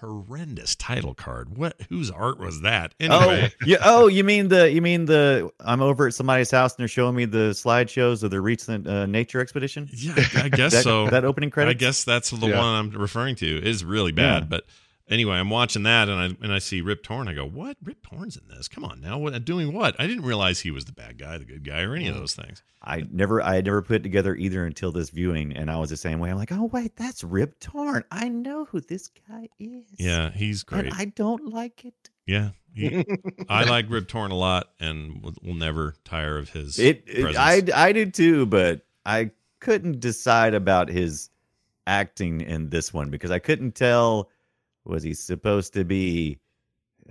horrendous title card. What whose art was that? Oh, Anyway, you, oh, you mean the you mean the I'm over at somebody's house and they're showing me the slideshows of the recent uh, nature expedition. yeah, I guess That, so. that opening credit. I guess that's the Yeah. one I'm referring to. It's really bad. Yeah. But anyway, I'm watching that and I and I see Rip Torn. I go, what? Rip Torn's in this? Come on now. What doing what? I didn't realize he was the bad guy, the good guy, or Mm. any of those things. I never I had never put it together either until this viewing, and I was the same way. I'm like, oh wait, that's Rip Torn. I know who this guy is. Yeah, he's great. and I don't like it. yeah. He, I like Rip Torn a lot and will, will never tire of his It, it presence. I I did too, but I couldn't decide about his acting in this one because I couldn't tell was he supposed to be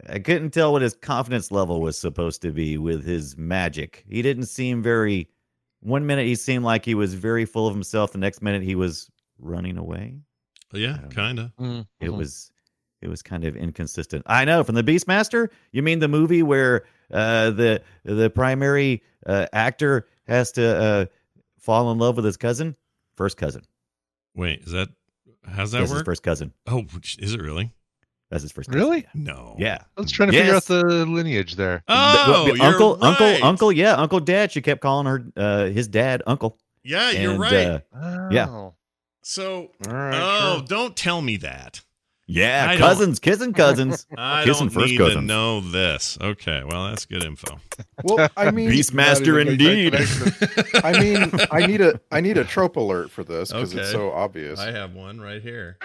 I couldn't tell what his confidence level was supposed to be with his magic. He didn't seem very one minute he seemed like he was very full of himself, the next minute he was running away. yeah, I don't know. kind of. It Mm-hmm. Mhm. was it was kind of inconsistent. I know from the Beastmaster. You mean the movie where uh, the the primary uh, actor has to uh, fall in love with his cousin, first cousin. Wait, is that how's that That's his work? first cousin. oh, which- is it really? That's his first. Cousin. Really? No. Yeah. I was trying to figure out Yes. the lineage there. Oh, But- but you're uncle, right. uncle, uncle. Yeah, Uncle Dad. She kept calling her uh, his dad, Uncle. Yeah, you're And, right. uh, Yeah. so, All right. oh, sure. don't tell me that. yeah, I don't- cousins, kissing cousins. I Kissing don't first need to cousins. know this. Okay, well that's good info. Well, I mean, Beastmaster Not even make indeed. that I mean, I need a, I need a trope alert for this because Okay. it's so obvious. I have one right here.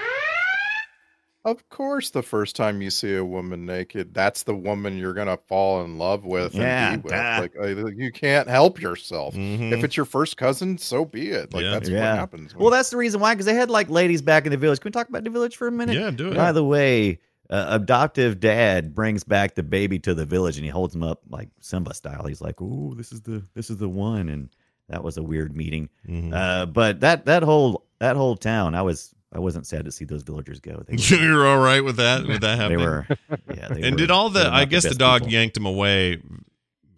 Of course, the first time you see a woman naked, that's the woman you're gonna fall in love with Yeah, and be with. duh. Like uh, you can't help yourself. Mhm. If it's your first cousin, so be it. Like Yeah. that's Yeah. what happens. Well, when- that's the reason why, because they had like ladies back in the village. Can we talk about the village for a minute? Yeah, do it. By the way, uh, adoptive dad brings back the baby to the village, and he holds him up like Simba style. He's like, "Oh, this is the this is the one," and that was a weird meeting. Mhm. Uh, but that that whole that whole town, I was I wasn't sad to see those villagers go. They were, You're all right with that? With that they happening? were yeah. They and were- did all they the? were I not guess the best dog people. yanked him away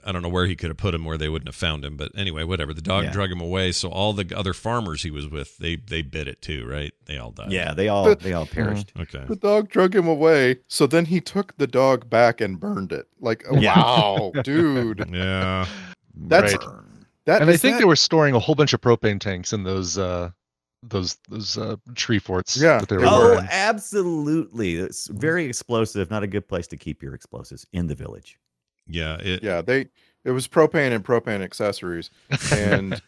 I don't know where he could have put him where they wouldn't have found him. But anyway, whatever. The dog Yeah. drug him away. So all the other farmers he was with, they they bit it too, right? They all died. Yeah, they all they Mm. all perished. Okay. The dog drug him away, so then he took the dog back and burned it. Like, oh, Yeah. wow, dude. Yeah. That's Right. that. and I is think that- they were storing a whole bunch of propane tanks in those uh those those uh, tree forts Yeah. that they were. They Oh, in. absolutely. It's very explosive. Not a good place to keep your explosives in the village. Yeah. It, Yeah, they. It was propane and propane accessories, and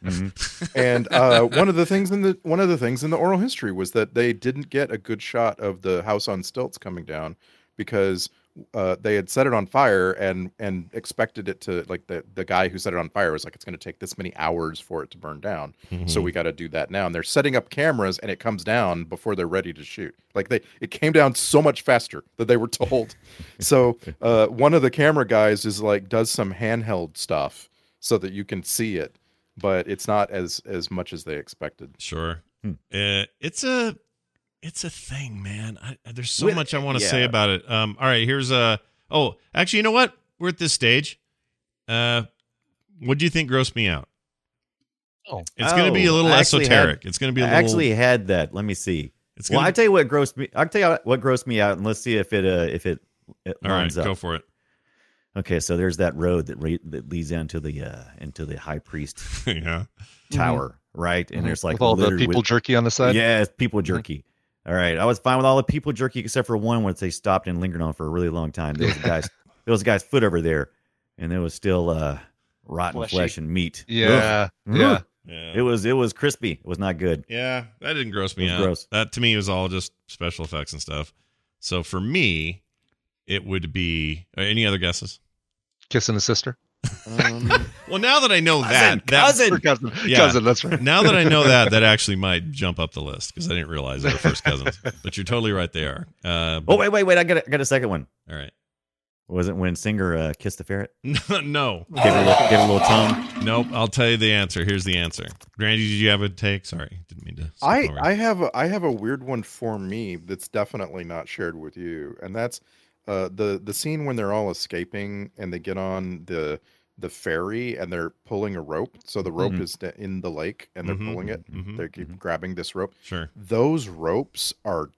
and uh, one of the things in the one of the things in the oral history was that they didn't get a good shot of the house on stilts coming down because uh, they had set it on fire and and expected it to like the the guy who set it on fire was like it's going to take this many hours for it to burn down so we got to do that now and they're setting up cameras and it comes down before they're ready to shoot like they it came down so much faster that they were told so uh, one of the camera guys is like does some handheld stuff so that you can see it but it's not as as much as they expected Sure. Hmm. Uh, it's a it's a thing, man. I, I- there's so With- much I want to say yeah. about it. Um, all right, here's a. Oh, actually, you know what? We're at this stage. Uh, what do you think grossed me out? Oh. it's going to be a Oh, little I actually esoteric. it's going to be I a little. actually had that. Let me see. it's Well, gonna, I tell you what grossed me. I'll tell you what grossed me out, and let's see if it uh, if it, it all right, lines go up. for it. Okay, so there's that road that re- that leads into the uh, into the high priest yeah. tower, right? And there's like Mm-hmm. with all the littered people with- jerky on the side. Yeah, it's people jerky. All right, I was fine with all the people jerky except for one once they stopped and lingered on for a really long time. There was a guy's there was a guy's foot over there, and there was still uh, rotten Fleshy. flesh and meat. Ugh. Yeah. Yeah. Yeah. It was it was crispy. It was not good. Yeah, that didn't gross It me was out. gross. That to me was all just special effects and stuff. So for me, it would be uh, any other guesses? Kissing a sister. Well, now that I know Cousin, that, that Or cousin. cousin. Yeah. Cousin, that's right. now that I know that, that actually might jump up the list because I didn't realize they were first cousins. But you're totally right; they are. Uh, Oh wait, wait, wait! I got a, I got a second one. all right. Was it when Singer uh, kissed the ferret? No, no, Gave it a little, gave it a little tongue. nope. I'll tell you the answer. Here's the answer. Randy, did you have a take? Sorry, didn't mean to. skip I, over. I have a, I have a weird one for me that's definitely not shared with you, and that's uh, the the scene when they're all escaping and they get on the the ferry and they're pulling a rope. So the rope Mhm. is da- in the lake and they're Mhm, pulling it. mhm, they keep mhm. grabbing this rope. sure. Those ropes are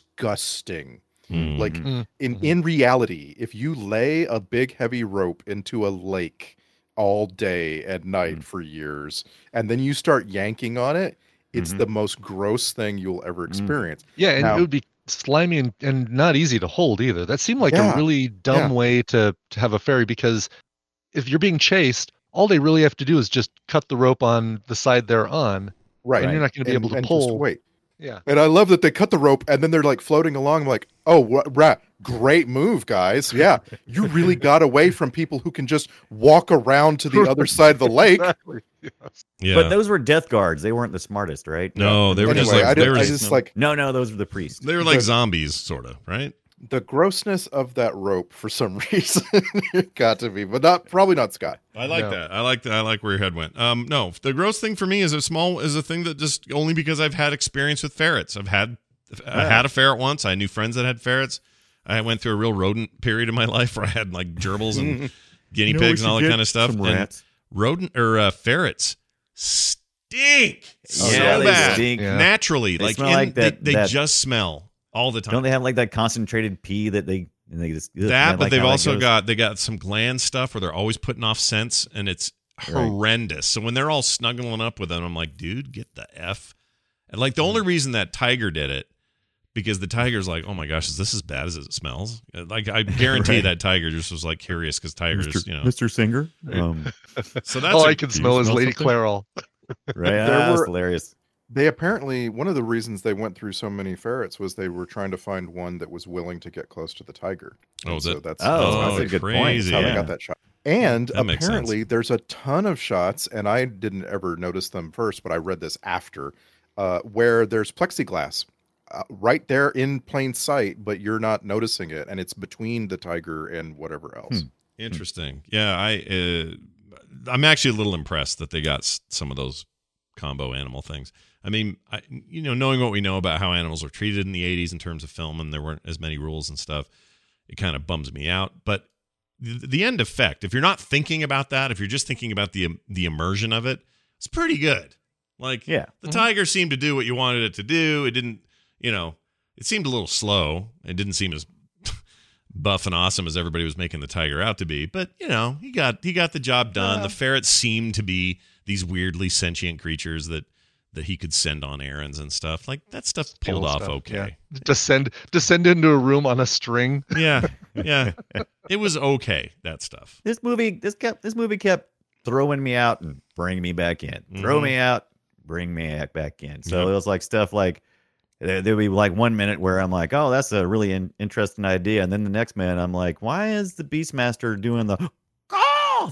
disgusting. Mm. Like Mhm. in Mhm. in reality, if you lay a big heavy rope into a lake all day and night Mhm. for years, and then you start yanking on it, it's Mhm. the most gross thing you'll ever experience. Yeah, and Now- it would be slimy and, and not easy to hold either. That seemed like Yeah, a really dumb way to, to have a ferry because if you're being chased, all they really have to do is just cut the rope on the side they're on. Right. And you're not gonna be able to Just pull. wait. Yeah. And I love that they cut the rope and then they're like floating along. I'm like, oh, what, ra- great move, guys. Yeah. You really got away from people who can just walk around to the other side of the lake. Yeah. But those were death guards. They weren't the smartest, right? no, they were anyway, just like I, they did, were I just like No, no, those were the priests. they were like the- zombies, sort of, right? the grossness of that rope for some reason it got to me, but not probably not Scott. I like No. that. I like that. I like where your head went. Um, no, the gross thing for me is a small is a thing that just only because I've had experience with ferrets. I've had I Yeah. had a ferret once. I knew friends that had ferrets. I went through a real rodent period in my life where I had like gerbils and guinea pigs and all that kind of stuff. And rodent or uh, ferrets stink so Oh, yeah, they bad stink. Yeah. naturally. They like, smell in- like that- they, they that- just smell all the time. Don't they have like that concentrated pee that they and they just ugh, isn't that, but like they've how that also goes? got they got some gland stuff where they're always putting off scents, and it's horrendous. So when they're all snuggling up with them, I'm like, dude, get the f. And like the only reason that tiger did it because the tiger's like, oh my gosh, is this as bad as it smells? Uh, Like I guarantee Right. that tiger just was like curious because tigers, you know. Mr. Singer. Um, So that's All a- I can smell is smell Lady something? Clairol. right, There ah, that's were- hilarious. They apparently one of the reasons they went through so many ferrets was they were trying to find one that was willing to get close to the tiger. Oh, And is so it- that's, Oh, that's oh, how, that's a they, good point. crazy, that's how yeah. they got that shot. And That makes sense. apparently, there's a ton of shots, and I didn't ever notice them first, but I read this after, uh, where there's plexiglass uh, right there in plain sight, but you're not noticing it, and it's between the tiger and whatever Hmm. else. Interesting. Yeah, I uh, I'm actually a little impressed that they got s- some of those combo animal things. I mean, I, you know, knowing what we know about how animals were treated in the 80s in terms of film and there weren't as many rules and stuff, it kind of bums me out, but the, the end effect, if you're not thinking about that, if you're just thinking about the the immersion of it, it's pretty good. Like Yeah. the Mhm. tiger seemed to do what you wanted it to do. It didn't, you know, it seemed a little slow. It didn't seem as buff and awesome as everybody was making the tiger out to be. But you know, he got he got the job done. the ferrets seemed to be these weirdly sentient creatures that that he could send on errands and stuff. Like that stuff Steal pulled off stuff, okay. yeah. Descend descend into a room on a string. Yeah. yeah. It was okay, that stuff. This movie, this kept this movie kept throwing me out and bring me back in. Throw Mm-hmm. Mhm. me out, bring me back in. So Yep. it was like stuff like there there'd be like one minute where I'm like, oh, that's a really in- interesting idea, and then the next minute I'm like, why is the Beastmaster doing the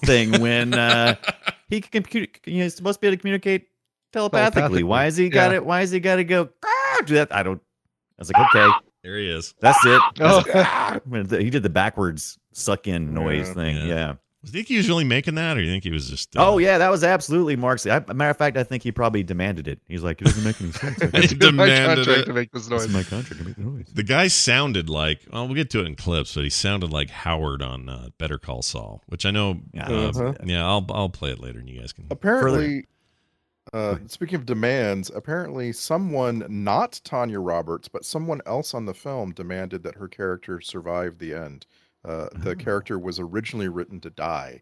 thing when uh, he can compute? You know, he's supposed to be able to communicate telepathically. Telepathically, Why is he got yeah. it? Why is he got to go "Caw!" do that? I don't. I was like, okay, There he is. that's it. Oh. That's it. He did the backwards suck in noise Yeah. thing. Yeah. yeah. Was he usually making that or you think he was just uh, Oh yeah, that was absolutely Mark's. I, matter of fact, I think he probably demanded it. He's like, it doesn't make any sense. I He guess my demanded contract it. to make this it's noise. in my contract. I make the noise. The guy sounded like, well, we'll get to it in clips, but he sounded like Howard on uh, Better Call Saul, which I know. Yeah, Yeah, Uh-huh. yeah I'll, I'll play it later and you guys can. Apparently, uh, speaking of demands, apparently someone, not Tanya Roberts, but someone else on the film demanded that her character survive the end. Uh, the Oh. character was originally written to die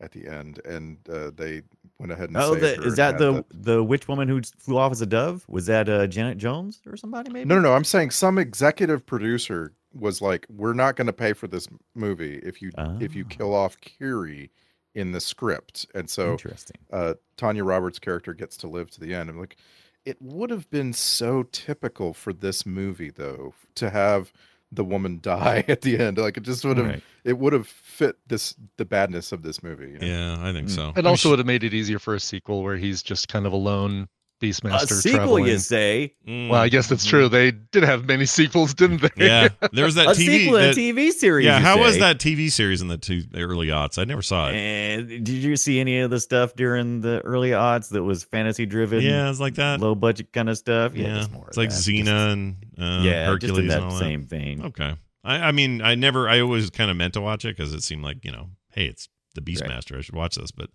at the end, and uh, they went ahead and Oh, saved the, her is and that had the the witch woman who flew off as a dove? Was that uh, Janet Jones or somebody? Maybe. No, no, no. I'm saying some executive producer was like, "We're not going to pay for this movie if you if you Ah. kill off Curie in the script," and so Interesting. uh, Tanya Roberts' character gets to live to the end. I'm like, it would have been so typical for this movie, though, to have the woman die at the end. Like it just would have, Right. it would have fit this the badness of this movie. you know? Yeah, I think Mm. so. It also would have made it easier for a sequel where he's just kind of a lone A beastmaster sequel, traveling. you say? Mm. Well, I guess that's true. They did have many sequels, didn't they? yeah, there was that a TV. sequel in that- a TV series. yeah, you how was say. that TV series in the two the early aughts? I never saw it. And did you see any of the stuff during the early odds that was fantasy driven? yeah, it's like that. low budget kind of stuff. Yeah, yeah, just more it's of like that. Xena and uh, Just, yeah, Hercules just in and that all same vein. that. Oh, Okay, I, I mean, I never, I always kind of meant to watch it because it seemed like you know, hey, it's the Beastmaster. I should watch this, but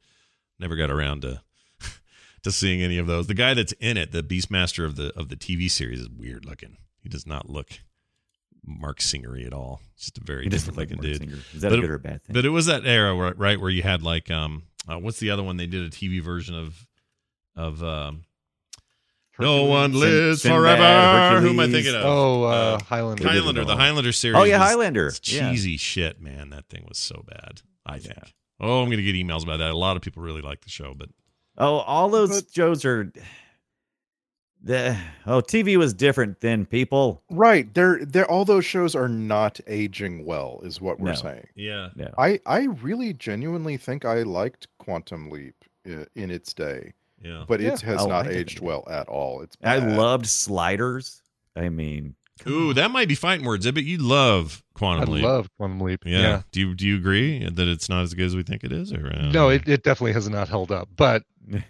never got around to to seeing any of those. The guy that's in it, the Beastmaster of the of the TV series, is weird looking. He does not look Mark Singery at all. He's just a very It doesn't different look looking like dude. Singer. Is that But a it- good or a bad thing? But it was that era, where, right, where you had like um, uh, what's the other one? They did a TV version of of um, No One Sin- Lives Sinbad, Forever. Who am I Hercules. thinking of? Oh, uh, Uh, Highlander. Highlander, the Highlander series. oh yeah, was- Highlander. It's yeah. cheesy shit, man. That thing was so bad. I think. Yeah. Oh, I'm gonna get emails about that. A lot of people really like the show, but Oh, all those But- shows are. The oh, TV was different then. People, Right. They're, they're all those shows are not aging well, is what we're No. saying. yeah, I I really genuinely think I liked Quantum Leap i- in its day, yeah. but it Yeah. has Oh, not I aged definitely- well at all. It's I bad. loved Sliders. I mean, come Ooh, on. that might be fighting words. I bet you love I Quantum Leap. love Quantum Leap. yeah. Do you do you agree that it's not as good as we think it is? Or uh, No, it, it definitely has not held up. But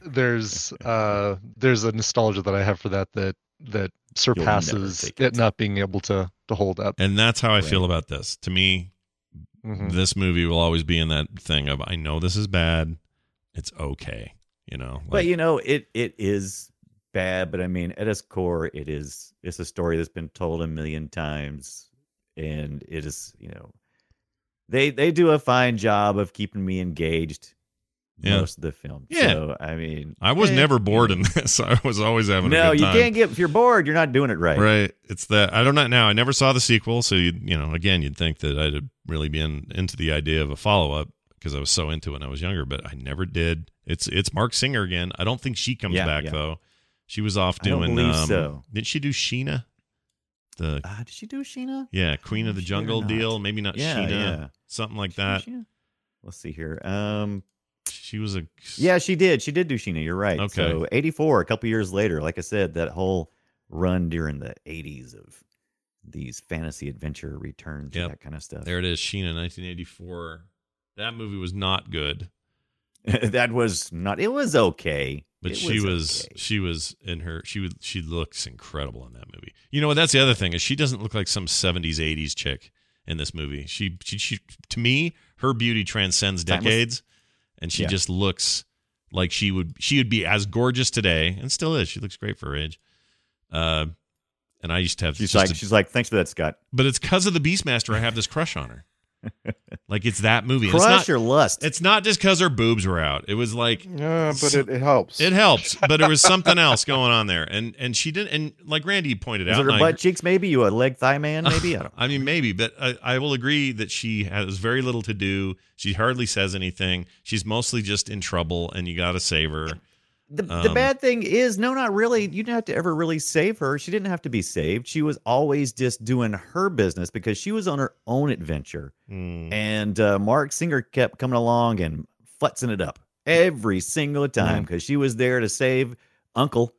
there's uh there's a nostalgia that I have for that that that surpasses take it it. not being able to to hold up. And that's how I feel Right. about this. To me, Mm-hmm. Mhm. this movie will always be in that thing of I know this is bad. It's okay. You know. but you know, it it is bad. But I mean, at its core, it is it's a story that's been told a million times, and it is you know, they they do a fine job of keeping me engaged Yeah. most of the film. Yeah. So I mean, I was eh, never bored you in this. I was always having No, a good you time. can't get if you're bored, you're not doing it right. Right. It's that I don't know now. I never saw the sequel, so you you know, again, you'd think that I'd have really been into the idea of a follow up because I was so into it when I was younger, but I never did. It's it's Mark Singer again. I don't think she comes Yeah, back yeah. though. She was off I don't doing. believe um, so. Did she do Sheena? The Uh, did she do Sheena? yeah, Queen of the She did or Jungle not? deal. Maybe not Yeah, Uh, Sheena. yeah. Something like She do that. Sheena? Let's see here. Um, She was a yeah, she did. She did do Sheena. You're right. Okay. So 84, a couple years later, like I said, that whole run during the 80s of these fantasy adventure returns, Yep. and that kind of stuff. There it is, Sheena, 1984. That movie was not good, that was not. It was okay. but It she was okay. she was in her she was she looks incredible in that movie. You know what? That's the other thing is she doesn't look like some 70s 80s chick in this movie. She, she, she to me, her beauty transcends Timeless. decades, and she Yeah. just looks like she would she would be as gorgeous today, and still is. She looks great for her age. Uh, and I used to have She's just like, a- she's like, thanks for that, Scott. but it's because of the Beastmaster I have this crush on her. like it's that movie. And Crush it's not, your lust. it's not just because her boobs were out. It was like Yeah, but So- it, it helps. it helps, but there was something else going on there, and and she didn't. And like Randy pointed Is out, it her and I butt cheeks? Maybe you a leg thigh man? Maybe I don't. I mean, maybe, but I, I will agree that she has very little to do. She hardly says anything. She's mostly just in trouble, and you got to save her. The, the Um, bad thing is, no, not really. You didn't have to ever really save her. She didn't have to be saved. She was always just doing her business because she was on her own adventure. Mm. And uh, Mark Singer kept coming along and futzing it up every single time because she was there to save Uncle,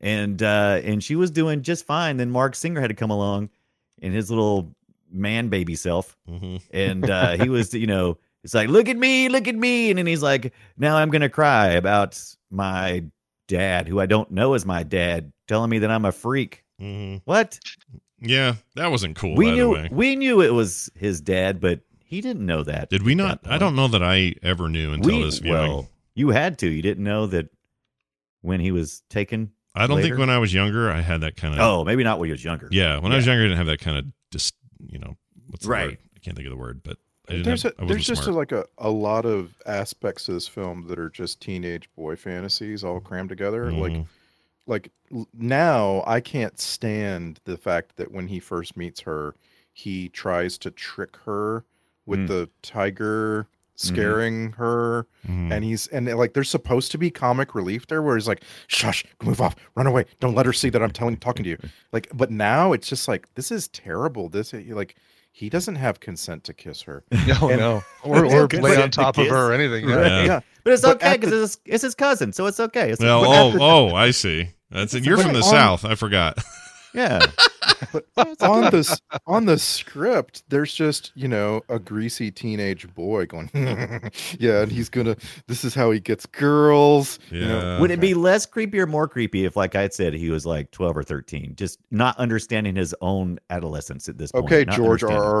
and uh, and she was doing just fine. Then Mark Singer had to come along in his little man baby self Mhm. and uh, he was you know it's like look at me look at me and then he's like now i'm gonna cry about my dad who i don't know is my dad telling me that i'm a freak Mhm. what Yeah, that wasn't cool. we by the knew way. we knew it was his dad but he didn't know that Did we at not? that I point. don't know that I ever knew until we, this viewing. well you had to you didn't know that when he was taken I don't later? think when I was younger I had that kind of. oh maybe not when he was younger Yeah, when I was younger, I didn't have that kind of just you know what's the Right. word? I can't think of the word, but I didn't. There's, have, a, I wasn't there's just a, smart. like a, a lot of aspects of this film that are just teenage boy fantasies all crammed together. Like Mhm. like l- now I can't stand the fact that when he first meets her, he tries to trick her with Mm. the tiger Mm-hmm. scaring her Mhm. and he's and like there's supposed to be comic relief there where he's like shush move off run away don't let her see that i'm telling talking to you like but now it's just like this is terrible this like he doesn't have consent to kiss her No, And- no. Or, It's or okay. lay But on it- top of it her or anything. Yeah. Right, Yeah. yeah but it's But okay at because the- it's, it's his cousin so it's okay it's well, but oh, at the- oh, I see. That's it. You're But from the on- south. I forgot. yeah on this on the script there's just you know a greasy teenage boy going yeah and he's gonna this is how he gets girls Yeah. you know Would it be less creepy or more creepy if, like I said, he was like 12 or 13, just not understanding his own adolescence at this Oh, point? okay not george r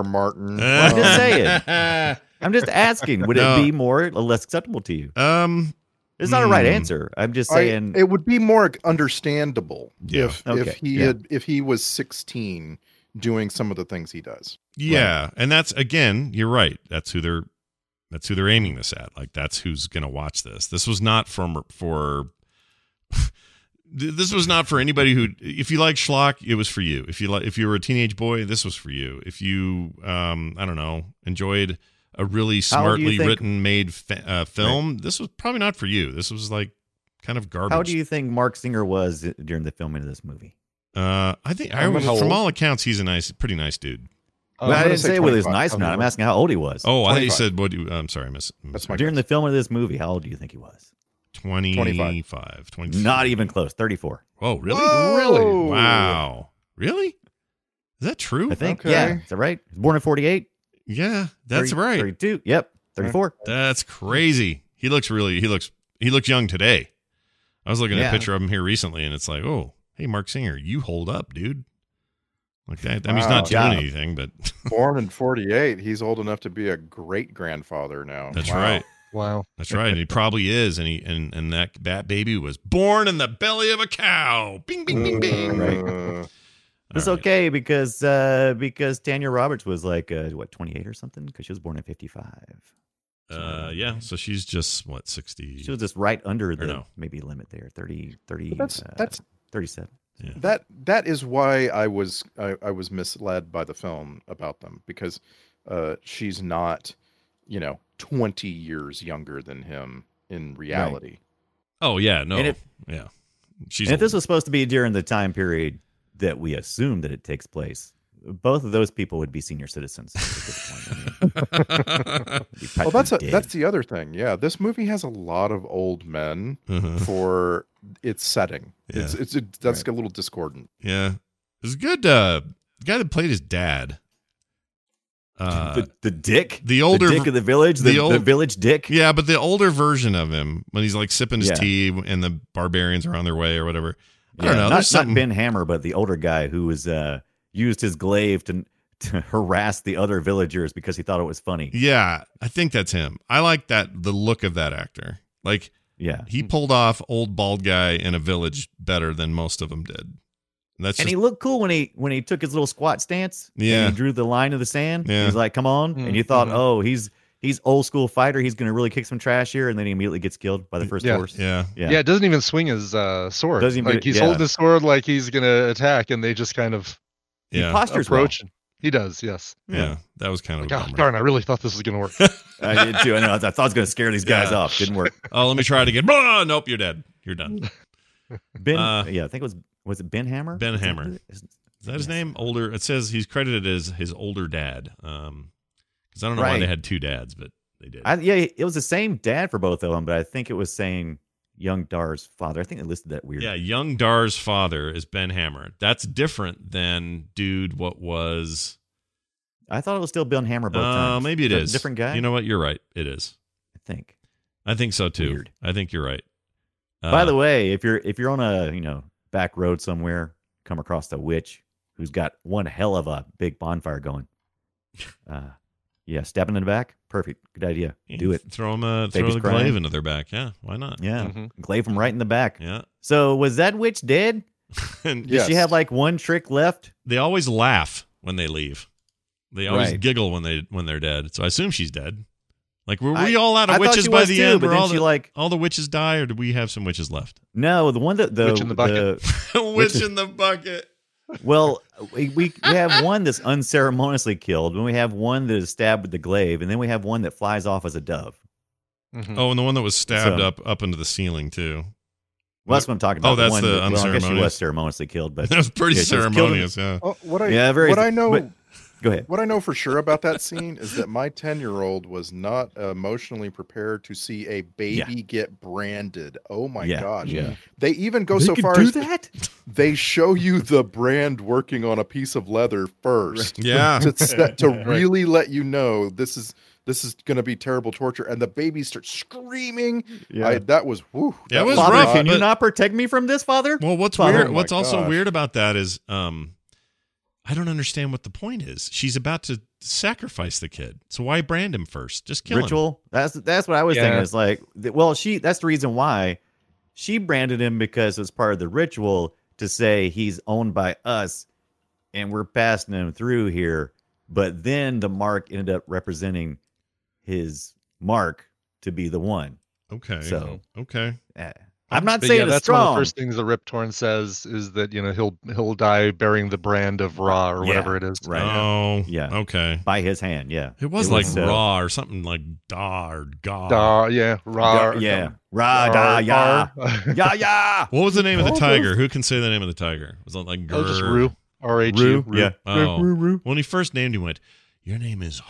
understanding. r martin I'm just um, saying. I'm just asking, would No. it be more or less acceptable to you? um. It's not a right Hmm. answer. I'm just I- saying, it would be more understandable Yeah. if Okay, if he yeah. had if he was 16 doing some of the things he does. Yeah, and that's again, you're right. That's who they're that's who they're aiming this at. Like that's who's going to watch this. This was not from for this was not for anybody who if you like schlock, it was for you. If you like if you were a teenage boy, this was for you. If you um I don't know, enjoyed a really How old do you smartly think- written made fa- uh, film, this was probably not for you. This was like kind of garbage. how do you think Mark Singer was during the filming of this movie? uh I think I I'm was, how from old? all accounts he's a nice pretty nice dude. Uh, I'm well, I gonna didn't say say whether he's 25. nice or I'm not. gonna- I'm asking how old he was. Oh, I thought you 25. said what do you, I'm sorry, I miss That's my during the filming of this movie, how old do you think he was? 25 25 Not even close, 34. oh really Really? Whoa. wow really is that true I think. Okay. Yeah, is that right? He was Born in 48. yeah that's 30 right 32. Yep, 34. that's crazy he looks really he looks he looks young today i was looking at Yeah. a picture of him here recently and it's like oh hey mark singer you hold up dude like that i mean he's Wow. not doing Job. anything but Born in 48, he's old enough to be a great grandfather now. that's Wow. right Wow. that's right and he probably is and he and and that that baby was born in the belly of a cow bing bing bing bing Uh, All It's right. okay because uh because Tanya Roberts was like uh, what 28 or something because she was born in 55. uh yeah so she's just what 60 She was just right under the no. maybe limit there 30 30 but that's uh, that's 37. that that is why I was I, I was misled by the film about them because uh she's not, you know, 20 years younger than him in reality. Oh yeah, no, And if- yeah. She's And if this old. was supposed to be during the time period that we assume that it takes place, both of those people would be senior citizens at this point. I mean, you'd probably Well, that's a, be that's dead. the other thing. Yeah, this movie has a lot of old men Uh-huh. for its setting. It's it's it, that's Right. a little discordant. yeah, there's a good uh, guy that played his dad. Uh, the, the dick the older the dick ver- of the village the, the the, old- village dick yeah, but the older version of him when he's like sipping his Yeah. tea and the barbarians are on their way or whatever. I Yeah, don't know. Not, there's not something. Ben Hammer, but the older guy who was uh, used his glaive to to harass the other villagers because he thought it was funny. Yeah, I think that's him. I like that the look of that actor. Like Yeah. he pulled off old bald guy in a village better than most of them did. That's and just, he looked cool when he when he took his little squat stance. and Yeah. he drew the line of the sand. Yeah. Mm-hmm. He's like, "Come on!" And you thought, Mhm. "Oh, he's he's old school fighter. He's gonna really kick some trash here." And then he immediately gets killed by the first Yeah. horse. yeah. Yeah. it doesn't even swing his uh, sword. Doesn't even- like he's yeah. holding his sword like he's gonna attack, and they just kind of He Yeah. postures well. approach. He does, yes. yeah. That was Oh, kind of a God, bummer. darn! I really thought this was gonna work. I did too. I know. I thought I was gonna scare these guys Yeah. off. Didn't work. Oh, let me try it again. Blah, nope, you're dead. You're done. Ben. Uh, yeah, I think it was was it Ben Hammer. Ben Is that Hammer. who it is? Is that his Yes. name? Older. It says he's credited as his older dad. Um, because I don't know why Right. they had two dads, but they did. I, yeah, it was the same dad for both of them, but I think it was saying young Dar's father. I think they listed that weird. yeah, young Dar's father is Ben Hammer. That's different than dude. What was? I thought it was still Ben Hammer both Uh, times. maybe it Is that a is different guy. You know what? You're right. It is. I think. I think so too. Weird. I think you're right. Uh, By the way, if you're if you're on a you know back road somewhere, come across a witch who's got one hell of a big bonfire going. Uh, yeah, stabbing in the back, perfect, good idea. Do it. Throw him a Baby's throw the crying. glaive into their back. Yeah, why not? Yeah, Mhm. glaive him right in the back. Mm-hmm. Yeah. So was that witch dead? and Did she Yes. have like one trick left? they always laugh when they leave. They always Right. giggle when they when they're dead. So I assume she's dead. Like were I- we all out of I thought witches she by was the too, end? but Were then all she the, like all the witches die, or do we have some witches left? no, the one that the Witch in the bucket. Witch Witches. in the bucket. Well, we, we we have one that's unceremoniously killed, and we have one that is stabbed with the glaive, and then we have one that flies off as a dove. Mhm. Oh, and the one that was stabbed So- up up into the ceiling too. Well, that's what I'm talking about. Oh, that's one the that- well, I guess she was unceremonious. ceremoniously killed, but That was pretty Yeah, she was killed in- ceremonious. Yeah. Oh, what I Yeah, very- what I know but- go ahead. what I know for sure about that scene is that my ten year old was not emotionally prered to see a baby get branded. Oh my yeah, gosh! yeah. They even go so could far do as that? they show you the brand working on a piece of leather first Yeah. to set, to really let you know this is this is going to be terrible torture and the baby starts screaming Yeah. I, that was whew, That was Father, rough, can you but- not protect me from this, Father? Well, what's Father- weird? Oh my what's also gosh. weird about that is, um, I don't understand what the point is. She's about to sacrifice the kid, so why brand him first? Just kill him. Ritual. That's that's what I was thinking. Yeah. It's like, th- well, she. That's the reason why she branded him because it's part of the ritual to say he's owned by us, and we're passing him through here. But then the mark ended up representing his mark to be the one. Okay. So okay. eh, I'm not But saying yeah, it's that's one of strong. the first things that Rip Torn says is that you know he'll he'll die bearing the brand of Ra or Yeah, whatever it is. right. Oh. Yeah. Okay. by his hand, yeah. It was It like was, uh, raw or something like da or ga. Da, yeah, Ra. Dar- yeah. Ra da ya. Ya ya. What was the name of the Oh, tiger? Who can say the name of the tiger? Was it like Oh, just grr? Ru. R H U. Roo, yeah. Oh. When he first named him, he went, "Your name is."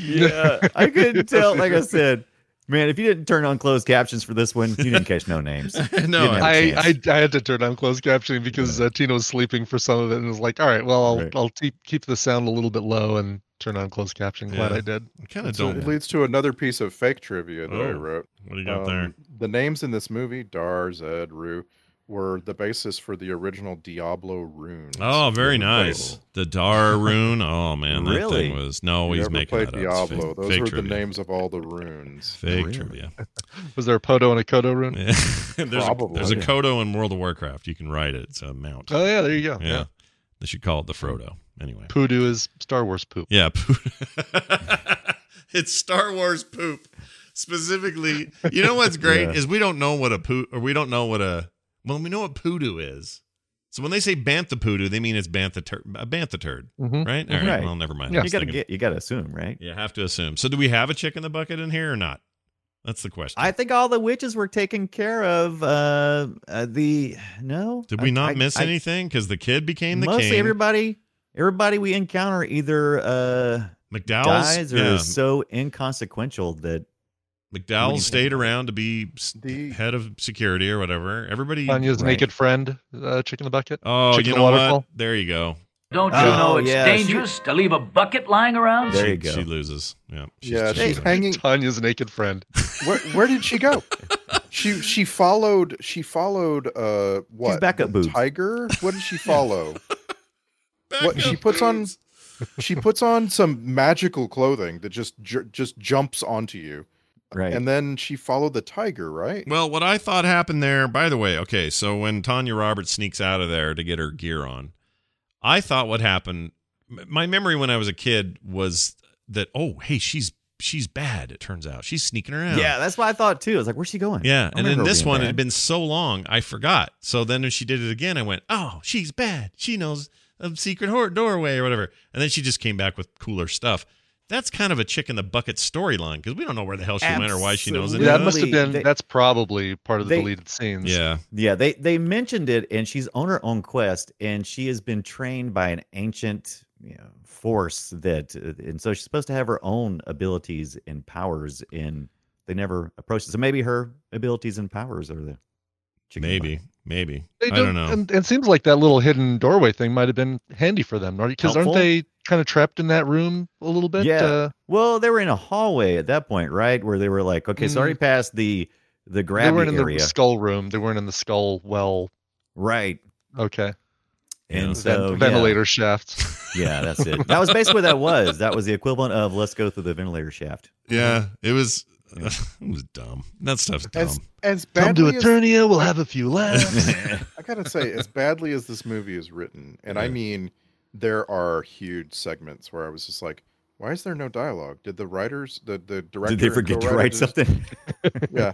Yeah, I couldn't tell. Like I said, man, if you didn't turn on closed captions for this one, you didn't catch no names. no, I- I, I, chance. I had to turn on closed captioning because uh, Tina was sleeping for some of it and was like, all right, well, I'll, Right. I'll te- keep the sound a little bit low and turn on closed captioning. Glad Yeah. I did. I kind of so don't. it leads to another piece of fake trivia that I Oh, wrote What do you got Um, there? the names in this movie Dar Zed Rue were the basis for the original Diablo runes Oh, very Who nice. played- The Dar rune. Oh man, that Really? thing was no. who He's ever making played that up. It's Diablo fake- those fake were the trivia. names of all the runes Fake Really? trivia. Was there a Poto and a Kodo rune? Yeah. there's a, Probably. there's a Yeah. Kodo in World of Warcraft. You can ride it. It's a mount. Oh, yeah, there you go. yeah. they should call it the Frodo. Anyway, Poodoo is Star Wars poop. yeah, it's Star Wars poop specifically. You know what's great Yeah. is we don't know what a poo or we don't know what a well we know what poodoo is. So when they say bantha poodoo, they mean it's bantha tur- a bantha turd, right? All Mhm. right. Mm-hmm. Right. Well, never mind. Yeah. I You was gotta thinking- get, you gotta assume, right? Yeah, have to assume. So, do we have a chick in the bucket in here or not? That's the question. I think all the witches were taken care of. Uh, uh the no, Did I- we not I- miss I- anything? Because the kid became the mostly king. everybody, everybody we encounter either uh McDowell's, dies or yeah, is so inconsequential that McDowell What do you stayed think? around to be s- The- head of security or whatever. Everybody. Tanya's Right. naked friend, uh, Chick in the Bucket. oh, Chick in you the know what? waterfall. There you go. Don't you Oh, know it's yeah, she- dangerous to leave a bucket lying around? There she, you go. She loses. Yeah. yeah she's losing. hanging Tanya's naked friend. where, where did she go? She she followed she followed uh what backup the boobs. tiger. What did she follow? What she puts on, she puts on some magical clothing that just ju- just jumps onto you, Right. and then she followed the tiger, right? Well, what I thought happened there, by the way, okay, so when Tanya Roberts sneaks out of there to get her gear on, I thought what happened m- my memory when I was a kid was that oh, hey, she's she's bad, it turns out. She's sneaking around. yeah, that's what I thought too. I was like, where's she going? Yeah, and I in remember this being one, it bad. had been so long, I forgot. So then when she did it again, I went, "Oh, she's bad. She knows a secret hor- doorway or whatever." And then she just came back with cooler stuff. That's kind of a chick in the bucket storyline because we don't know where the hell she went or why she knows it. Absolutely. that must have been. They- that's probably part of the they- deleted scenes. Yeah, Yeah, they they mentioned it, and she's on her own quest, and she has been trained by an ancient you know, force that, uh, and so she's supposed to have her own abilities and powers. And they never approached it, so maybe her abilities and powers are the chicken maybe, pox. maybe. They I don't know. And, and it seems like that little hidden doorway thing might have been handy for them, because aren't Helpful? they kind of trapped in that room a little bit? Yeah. Uh, Well, they were in a hallway at that point, right? Where they were like, okay, so already past the the Mm-hmm. they gravity weren't in area, the skull room. They weren't in the skull well. right? Okay. And Yeah. so yeah. Ven- ventilator shaft. yeah, that's it. That was basically what that was. That was the equivalent of let's go through the ventilator shaft. yeah, it was. it was dumb. That stuff's dumb. As as Come to badly as Eternia. We'll have a few laughs. I gotta say, as badly as this movie is written, and I Yeah. mean, there are huge segments where I was just like, "Why is there no dialogue? Did the writers, the the director, Did they and forget to co-writer write just- something? Yeah,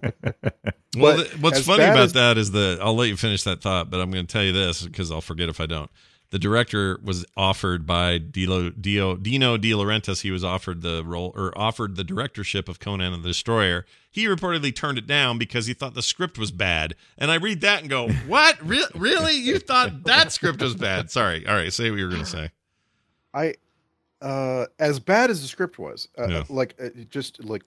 Well, But th- what's as funny bad about as- that is the I'll let you finish that thought, but I'm going to tell you this because I'll forget if I don't. The director was offered by Dilo, Dio, Dino De Laurentiis. He was offered the role or offered the directorship of Conan and the Destroyer. He reportedly turned it down because he thought the script was bad. And I read that and go, "What? Re- really? You thought that script was bad?" Sorry. All right, say what you were going to say. I, uh, as bad as the script was, uh, Yeah. like uh, it just like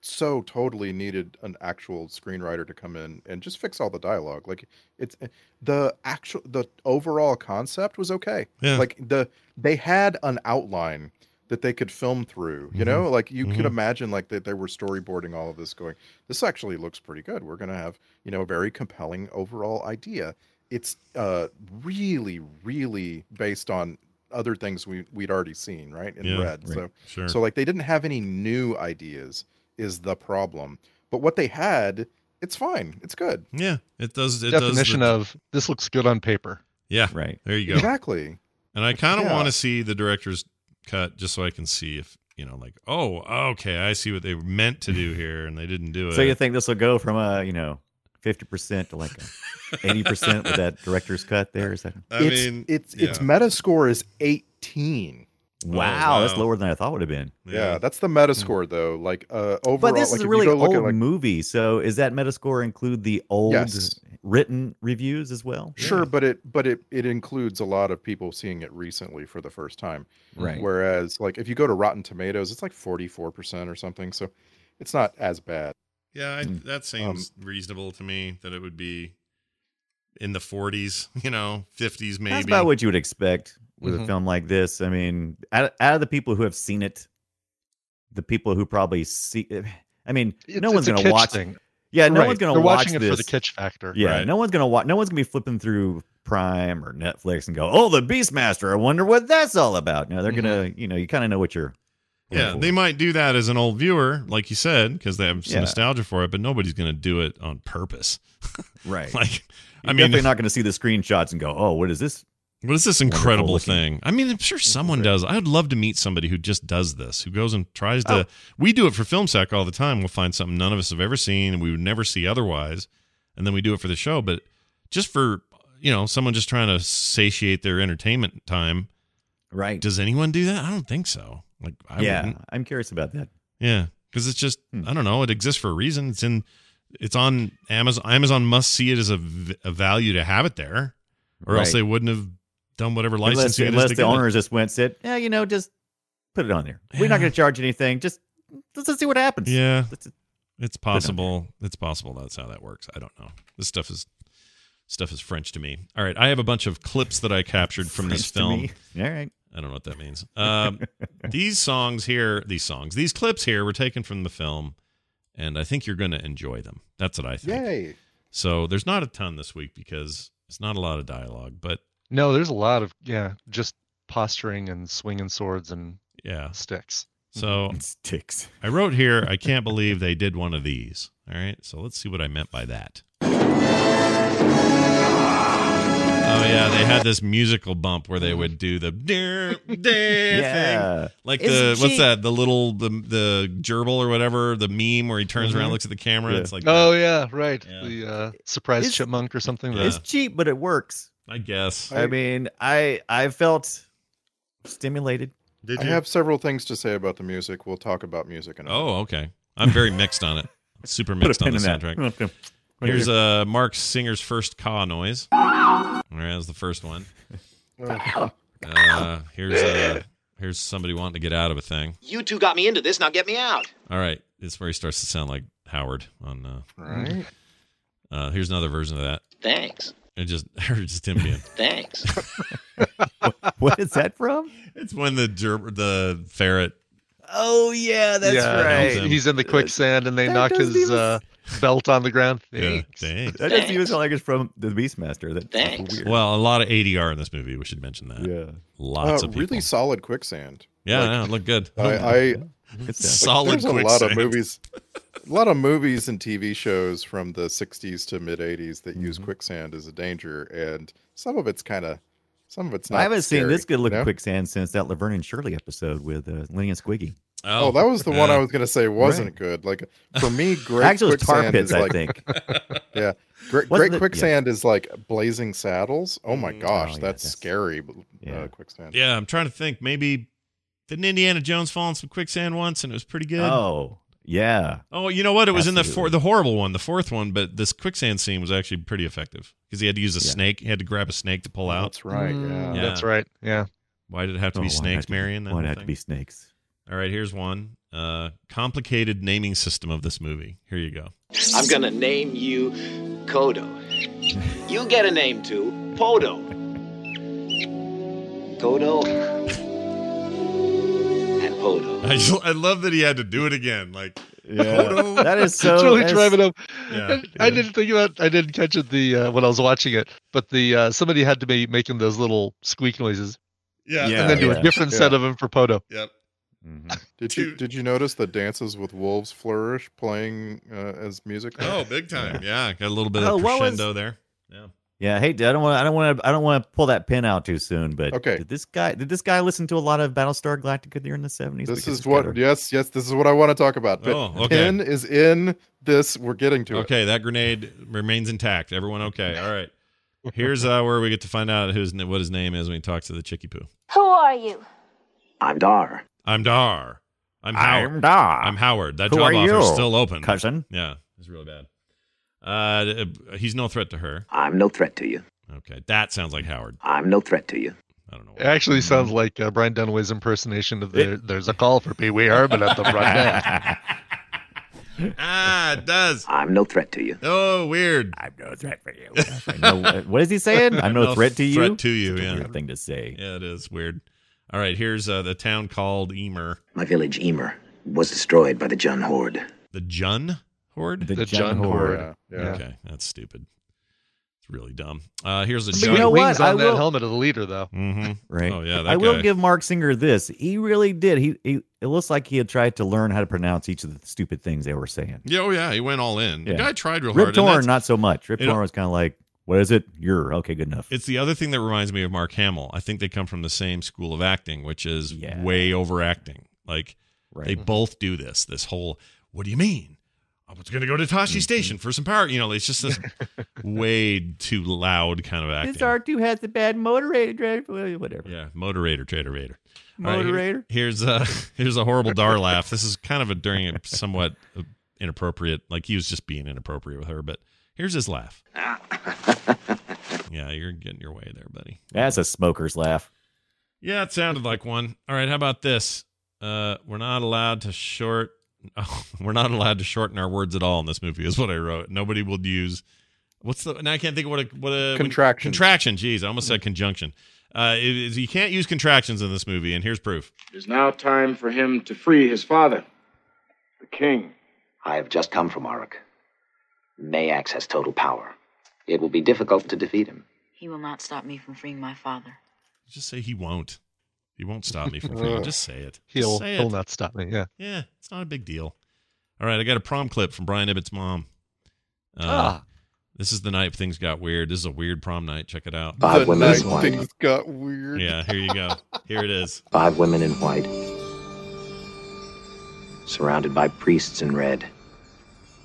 so totally needed an actual screenwriter to come in and just fix all the dialogue. Like it's eh, the actual the overall concept was okay. Yeah. Like the they had an outline that they could film through. You know, like you could Mhm. imagine like that they were storyboarding all of this going, this actually looks pretty good. We're gonna have, you know, a very compelling overall idea. It's uh really, really based on other things we we'd already seen, right? And Yeah, read. So Sure. so like they didn't have any new ideas is the problem. But what they had, it's fine. It's good. yeah, it does. It Definition does. the- of this looks good on paper. yeah. Right. There you go. Exactly. And I kind of Yeah. want to see the director's cut just so I can see if, you know, like, oh, okay, I see what they meant to do here and they didn't do it. So you think this will go from a you know fifty percent to like eighty percent with that director's cut? There is that. I it's, mean, it's its yeah. meta score is 18. Wow, that's wow. lower than I thought would have been. Yeah, that's the meta score though. Like uh overall But this like is if a you really go look old at like movie. So is that Metascore include the old Yes. written reviews as well? sure, but it but it it includes a lot of people seeing it recently for the first time. Right. Whereas like if you go to Rotten Tomatoes, it's like 44% or something. So it's not as bad. Yeah, I, Mm. that seems Um, reasonable to me that it would be in the 40s, you know, 50s maybe. That's about what you would expect with Mhm. a film like this. I mean, out, out of the people who have seen it, the people who probably see, eh, I mean, It's, no one's it's a going to kitsch watch. thing. Yeah, no Right. one's going to They're watch watching this. it for the kitsch factor. Yeah, Right. no one's gonna watch. No one's gonna be flipping through Prime or Netflix and go, "Oh, the Beastmaster! I wonder what that's all about." No, they're Mhm. gonna, you know, you kind of know what you're. going Mm-hmm. yeah, for. they might do that as an old viewer, like you said, because they have some Yeah. nostalgia for it, but nobody's going to do it on purpose. right. Like, You're I mean, definitely not gonna see the screenshots and go, "Oh, what is this?" What is this Wonderful incredible looking. thing? I mean, I'm sure someone does. I would love to meet somebody who just does this, who goes and tries Oh. to. We do it for film sack all the time. We'll find something none of us have ever seen and we would never see otherwise, and then we do it for the show. But just for you know, someone just trying to satiate their entertainment time. Right. Does anyone do that? I don't think so. Like, I yeah, Hmm. wouldn't. I'm curious about that. Yeah, because it's just I don't know. It exists for a reason. It's in. It's on Amazon. Amazon must see it as a, v- a value to have it there, or else Right. they wouldn't have done whatever Unless, licensing. it is unless to the get it. owners just went and said, "Yeah, you know, just put it on there. We're not gonna charge anything. Just let's, let's see what happens." Yeah, Let's- it's possible. It's possible that's how that works. I don't know. This stuff is stuff is French to me. All right, I have a bunch of clips that I captured from this French to film. me. All right. I don't know what that means. Um, these songs here, these songs, these clips here were taken from the film, and I think you're going to enjoy them. That's what I think. Yay. So there's not a ton this week because it's not a lot of dialogue, but No, there's a lot of yeah, just posturing and swinging swords and Yeah. sticks. So Mm-hmm. sticks. I wrote here, I can't believe they did one of these. All right. So let's see what I meant by that. Oh, yeah. They had this musical bump where they would do the dare, dare thing. Yeah. Like It's the, what's cheap. that? The little, the, the gerbil or whatever, the meme where he turns around, Mhm. looks at the camera. Yeah. It's like, Oh yeah, right. Yeah. The uh, surprise It's- chipmunk or something. Yeah. It's cheap, but it works. I guess. I- I mean, I I felt stimulated. Did I have several things to say about the music. We'll talk about music in a minute. Oh, okay. I'm very mixed on it. Super mixed on the soundtrack. that. Here's uh, Mark Singer's first caw noise. There's the first one. Uh, here's uh, here's somebody wanting to get out of a thing. You two got me into this, now get me out. All right, it's where he starts to sound like Howard. On uh, Right? uh, here's another version of that. Thanks. And just or just him being. Thanks. what is that from? It's when the ger- the ferret. Oh yeah, that's Yeah, Right. he's, right. he's in the quicksand and they That knock doesn't his even- uh, belt on the ground. Yeah, Thanks. dang. That doesn't even sound like it's from the Beastmaster. That- That's Thanks. weird. Well, a lot of ADR in this movie. We should mention that. yeah, Lots Uh, of people. really solid quicksand. yeah, no, look good. I, I it's uh, Solid There's a lot of quicksand. movies, a lot of movies and TV shows from the '60s to mid '80s that use Mm-hmm. quicksand as a danger, and some of it's kind of, some of it's not. I haven't seen scary, this good looking you know? quicksand since that Laverne and Shirley episode with uh, Lenny and Squiggy. Oh, that was the one I yeah. was gonna say wasn't good. Like for me, great Actually, it was tar quicksand pits, is I like think. yeah, Wasn't great, great it- yeah. quicksand is like blazing saddles. Oh my gosh, Oh, yeah, that's, that's- scary. b- yeah. Uh, quicksand. Yeah, I'm trying to think. Maybe didn't Indiana Jones fall in some quicksand once and it was pretty good? Oh yeah, Oh, you know what? It was in the four, Absolutely. the horrible one, the fourth one, but this quicksand scene was actually pretty effective because he had to use a Yeah. snake. He had to grab a snake to pull out. That's right. Mm, Yeah. Yeah. That's right. Yeah. Why did it have to Oh, be why'd it have snakes, to be- Marion? That Why'd it whole have to thing? be snakes? All right, here's one. Uh, complicated naming system of this movie. Here you go. I'm gonna name you Kodo. You get a name too, Podo. Kodo and Podo. I, just, I love that he had to do it again. Like, Yeah, that is so. it's really that's- driving up. Yeah, And I didn't think about. I didn't catch it the uh, when I was watching it, but the uh, somebody had to be making those little squeak noises yeah, Yeah. and then do a yeah. different set of them for Poto. Mhm. Did you Dude. did you notice the dances with wolves flourish playing uh, as music? Oh, big time. Yeah, got a little bit of Oh, what was- crescendo there. Yeah. Yeah, hey, I don't want, I don't want to, I don't want to pull that pin out too soon. But Okay. did this guy, did this guy listen to a lot of Battlestar Galactica during the seventies? this is what yes yes this is what i want to talk about but Oh, okay. pin is in this we're getting to Okay, that grenade remains intact. Everyone okay? All right. Here's uh, where we get to find out who's what his name is when he talks to the chicky poo. Who are you? I'm Dar. I'm Dar. I'm Howard. I'm da. I'm Howard. That Who job are offer is you? still open. cousin. Yeah, it's really bad. Uh, d- he's no threat to her. I'm no threat to you. Okay, that sounds like Howard. I'm no threat to you. I don't know. It why. actually Hmm. sounds like uh, Brian Dunaway's impersonation of the, "There's a call for Pee Wee Herman at the front desk." Ah, it does. I'm no threat to you. Oh, weird. I'm no threat for you. I know- uh, what is he saying? I'm no, threat to you. Threat to you. It's a Yeah. weird thing to say. Yeah, it is weird. All right, here's uh, the town called Emer. My village, Emer, was destroyed by the Jun Horde. The Jun horde. The Jun Horde. yeah, yeah. Yeah. Okay, that's stupid. It's really dumb. Uh, here's the I mean, Jun. you know what? Wings I on that will- helmet of the leader, though. hmm Right. Oh yeah, that I will guy. give Mark Singer this. He really did. He, he it looks like he had tried to learn how to pronounce each of the stupid things they were saying. Yeah, oh yeah, he went all in. The Yeah. guy tried real Rip hard. and that's- Torn, not so much. Rip you know- Torn was kind of like, what is it? You're okay, good enough. It's the other thing that reminds me of Mark Hamill. I think they come from the same school of acting, which is Yeah. way overacting. Like right. they both do this. This whole what do you mean? I was going to go to Mm-hmm. Tashi Station for some power. You know, it's just this way too loud kind of acting. This R2 has a bad moderator, dread- whatever. yeah, moderator, trader, raider. All right, here- Moderator. here's a here's a horrible dar laugh. This is kind of a during a somewhat uh, inappropriate. Like he was just being inappropriate with her, but here's his laugh. yeah, you're getting your way there, buddy. That's a smoker's laugh. Yeah, it sounded like one. All right, how about this? Uh, we're not allowed to short. we're not allowed to shorten our words at all in this movie. Is what I wrote. Nobody will use. What's the? Now I can't think of what a what a Contraction. contraction. Jeez, I almost said conjunction. Uh, it is- you can't use contractions in this movie, and here's proof. It is now time for him to free his father, the king. I have just come from Arak. Mayax has total power. It will be difficult to defeat him. He will not stop me from freeing my father. Just say he won't. He won't stop me from thinking. Just say it. Just He'll say he'll it. not stop me. Yeah. Yeah, it's not a big deal. All right, I got a prom clip from Brian Ibbett's mom. Uh, Ah. This is the night things got weird. This is a weird prom night. Check it out. Five women in night white. things got weird. Yeah, here you go. Here it is. Five women in white. Surrounded by priests in red.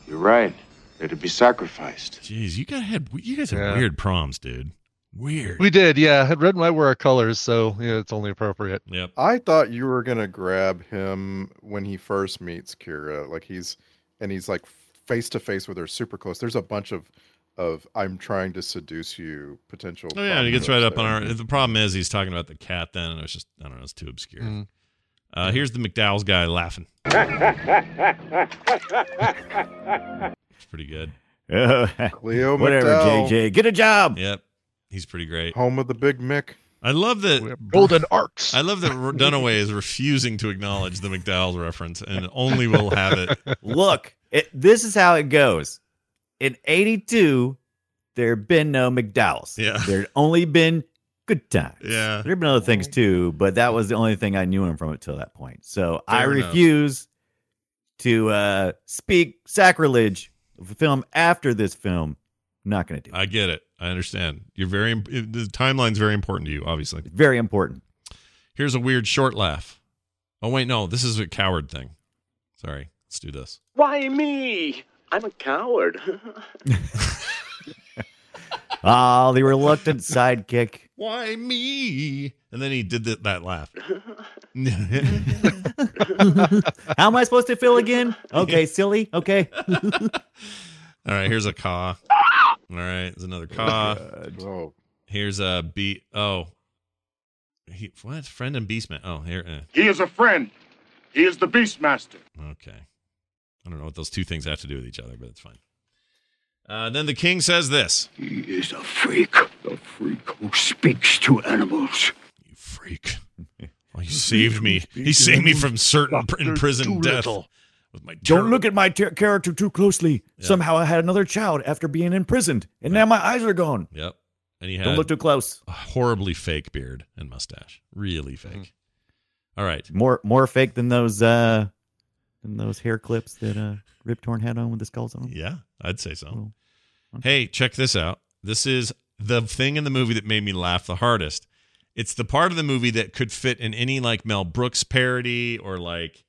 You're right. They're to be sacrificed. Jeez, you got had you guys had Yeah. weird proms, dude. Weird. We did, yeah. Red and white were our colors, so yeah, it's only appropriate. Yep. I thought you were gonna grab him when he first meets Kira. Like he's and he's like face to face with her, super close. There's a bunch of of I'm trying to seduce you potential. Oh yeah, and he gets right up problems on our. there. The problem is he's talking about the cat then, and it was just I don't know, it's too obscure. Mhm. Uh, here's the McDowell's guy laughing. It's pretty good. Cleo Whatever, McDowell. JJ. Get a job. Yep, he's pretty great. home of the Big Mick. I love Uh, We have that. golden arcs. I love that Dunaway is refusing to acknowledge the McDowell's reference and only will have it. Look, it, this is how it goes. In 82, there have been no McDowell's. Yeah. There had only been good times. Yeah. There have been other things too, but that was the only thing I knew him from it till that point. So I Fair enough. refuse to uh, speak sacrilege of a film after this film. Not going to do it. I get it. I understand. You're very imp- the timeline's very important to you, obviously. Very important. Here's a weird short laugh. Oh wait, no, this is a coward thing. Sorry. Let's do this. Why me? I'm a coward. Ah, the reluctant sidekick. Why me? And then he did that, that laugh. How am I supposed to feel again? Okay, silly. Okay. All right, here's a caw. All right, there's another caw. Oh, Here's a B. Oh, he, what? Friend and Beastman. Oh, here. eh. He is a friend. He is the Beastmaster. Okay. I don't know what those two things have to do with each other, but it's fine. Uh, then the king says this He is a freak. A freak who speaks to animals. You freak. Oh, you saved me. He saved me from certain pr- imprisoned death. With my Don't look at my ter- character too closely. Yeah. Somehow I had another child after being imprisoned, and now my eyes are gone. Yep. And he Don't had look too close. a horribly fake beard and mustache. Really fake. Mm-hmm. All right. More more fake than those uh than those hair clips that uh Rip Torn had on with the skulls on them. Yeah, I'd say so. Well, Hey, check this out. This is the thing in the movie that made me laugh the hardest. It's the part of the movie that could fit in any like Mel Brooks parody or like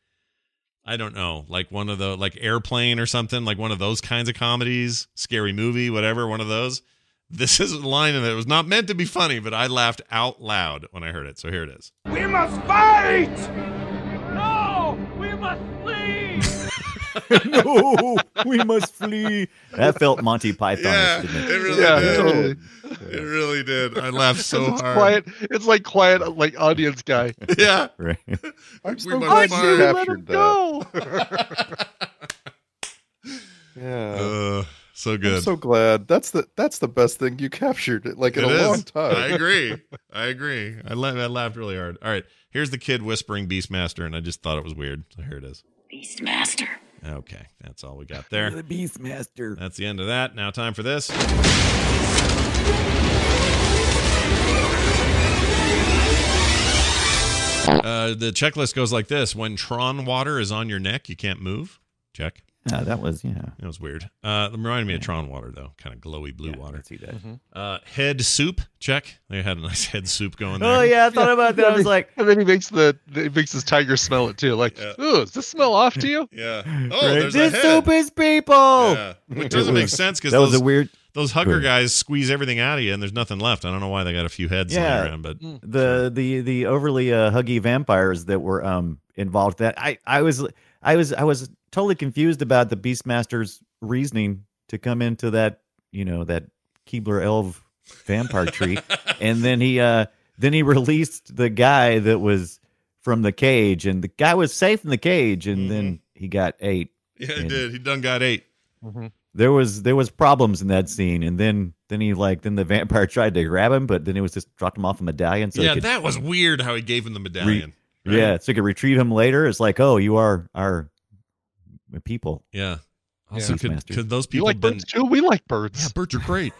I don't know, like one of the like Airplane or something, like one of those kinds of comedies, scary movie, whatever, one of those. This is a line in it. It was not meant to be funny, but I laughed out loud when I heard it. So here it is. We must fight! No! We must flee! no, we must flee. That felt Monty Python. didn't it? really Yeah, totally. It really did. I laughed so it's quiet. It's like quiet, like audience guy. Yeah. Right. I'm We so must glad find- you captured that. go. Yeah. Uh, so I'm good. so glad. That's the that's the best thing you captured. Like in It a is. long I time. agree. I agree. I, la- I laughed really hard. All right. Here's the kid whispering Beastmaster, and I just thought it was weird. So here it is. Beastmaster. Okay. That's all we got You're there. The Beastmaster. That's the end of that. Now, time for this. Uh, the checklist goes like this When Tron water is on your neck, you can't move. Check. Yeah, Ah, that was yeah. That was weird. Uh, it reminded me of Tron water, though. Kind of glowy blue Yeah, I water. see that. Uh, head soup. Check. They had a nice head soup going there. Oh yeah, I thought about that. I was like, and then he makes the he makes his tiger smell it too. Like, Yeah. ooh, is this smell off to you? Yeah. Oh, right, this soup is people. Yeah. Which doesn't make sense because That was those, a weird those hugger Good. guys squeeze everything out of you and there's nothing left. I don't know why they got a few heads Yeah. lying around, but the the the overly uh, huggy vampires that were um involved that i i was i was i was totally confused about the beastmaster's reasoning to come into that you know that keebler elf vampire tree and then he uh then he released the guy that was from the cage and the guy was safe in the cage and then he got ate yeah, Yeah. he did. He done got eight. there was there was problems in that scene and then then he like then the vampire tried to grab him but then it was just dropped him off a medallion so he yeah, could that was weird how he gave him the medallion. right? Yeah, so you can retrieve him later. It's like, oh, you are our people. Yeah. Also, Yeah. could, Beastmaster. could those You people like been? birds too? We like Yeah, birds. birds are great.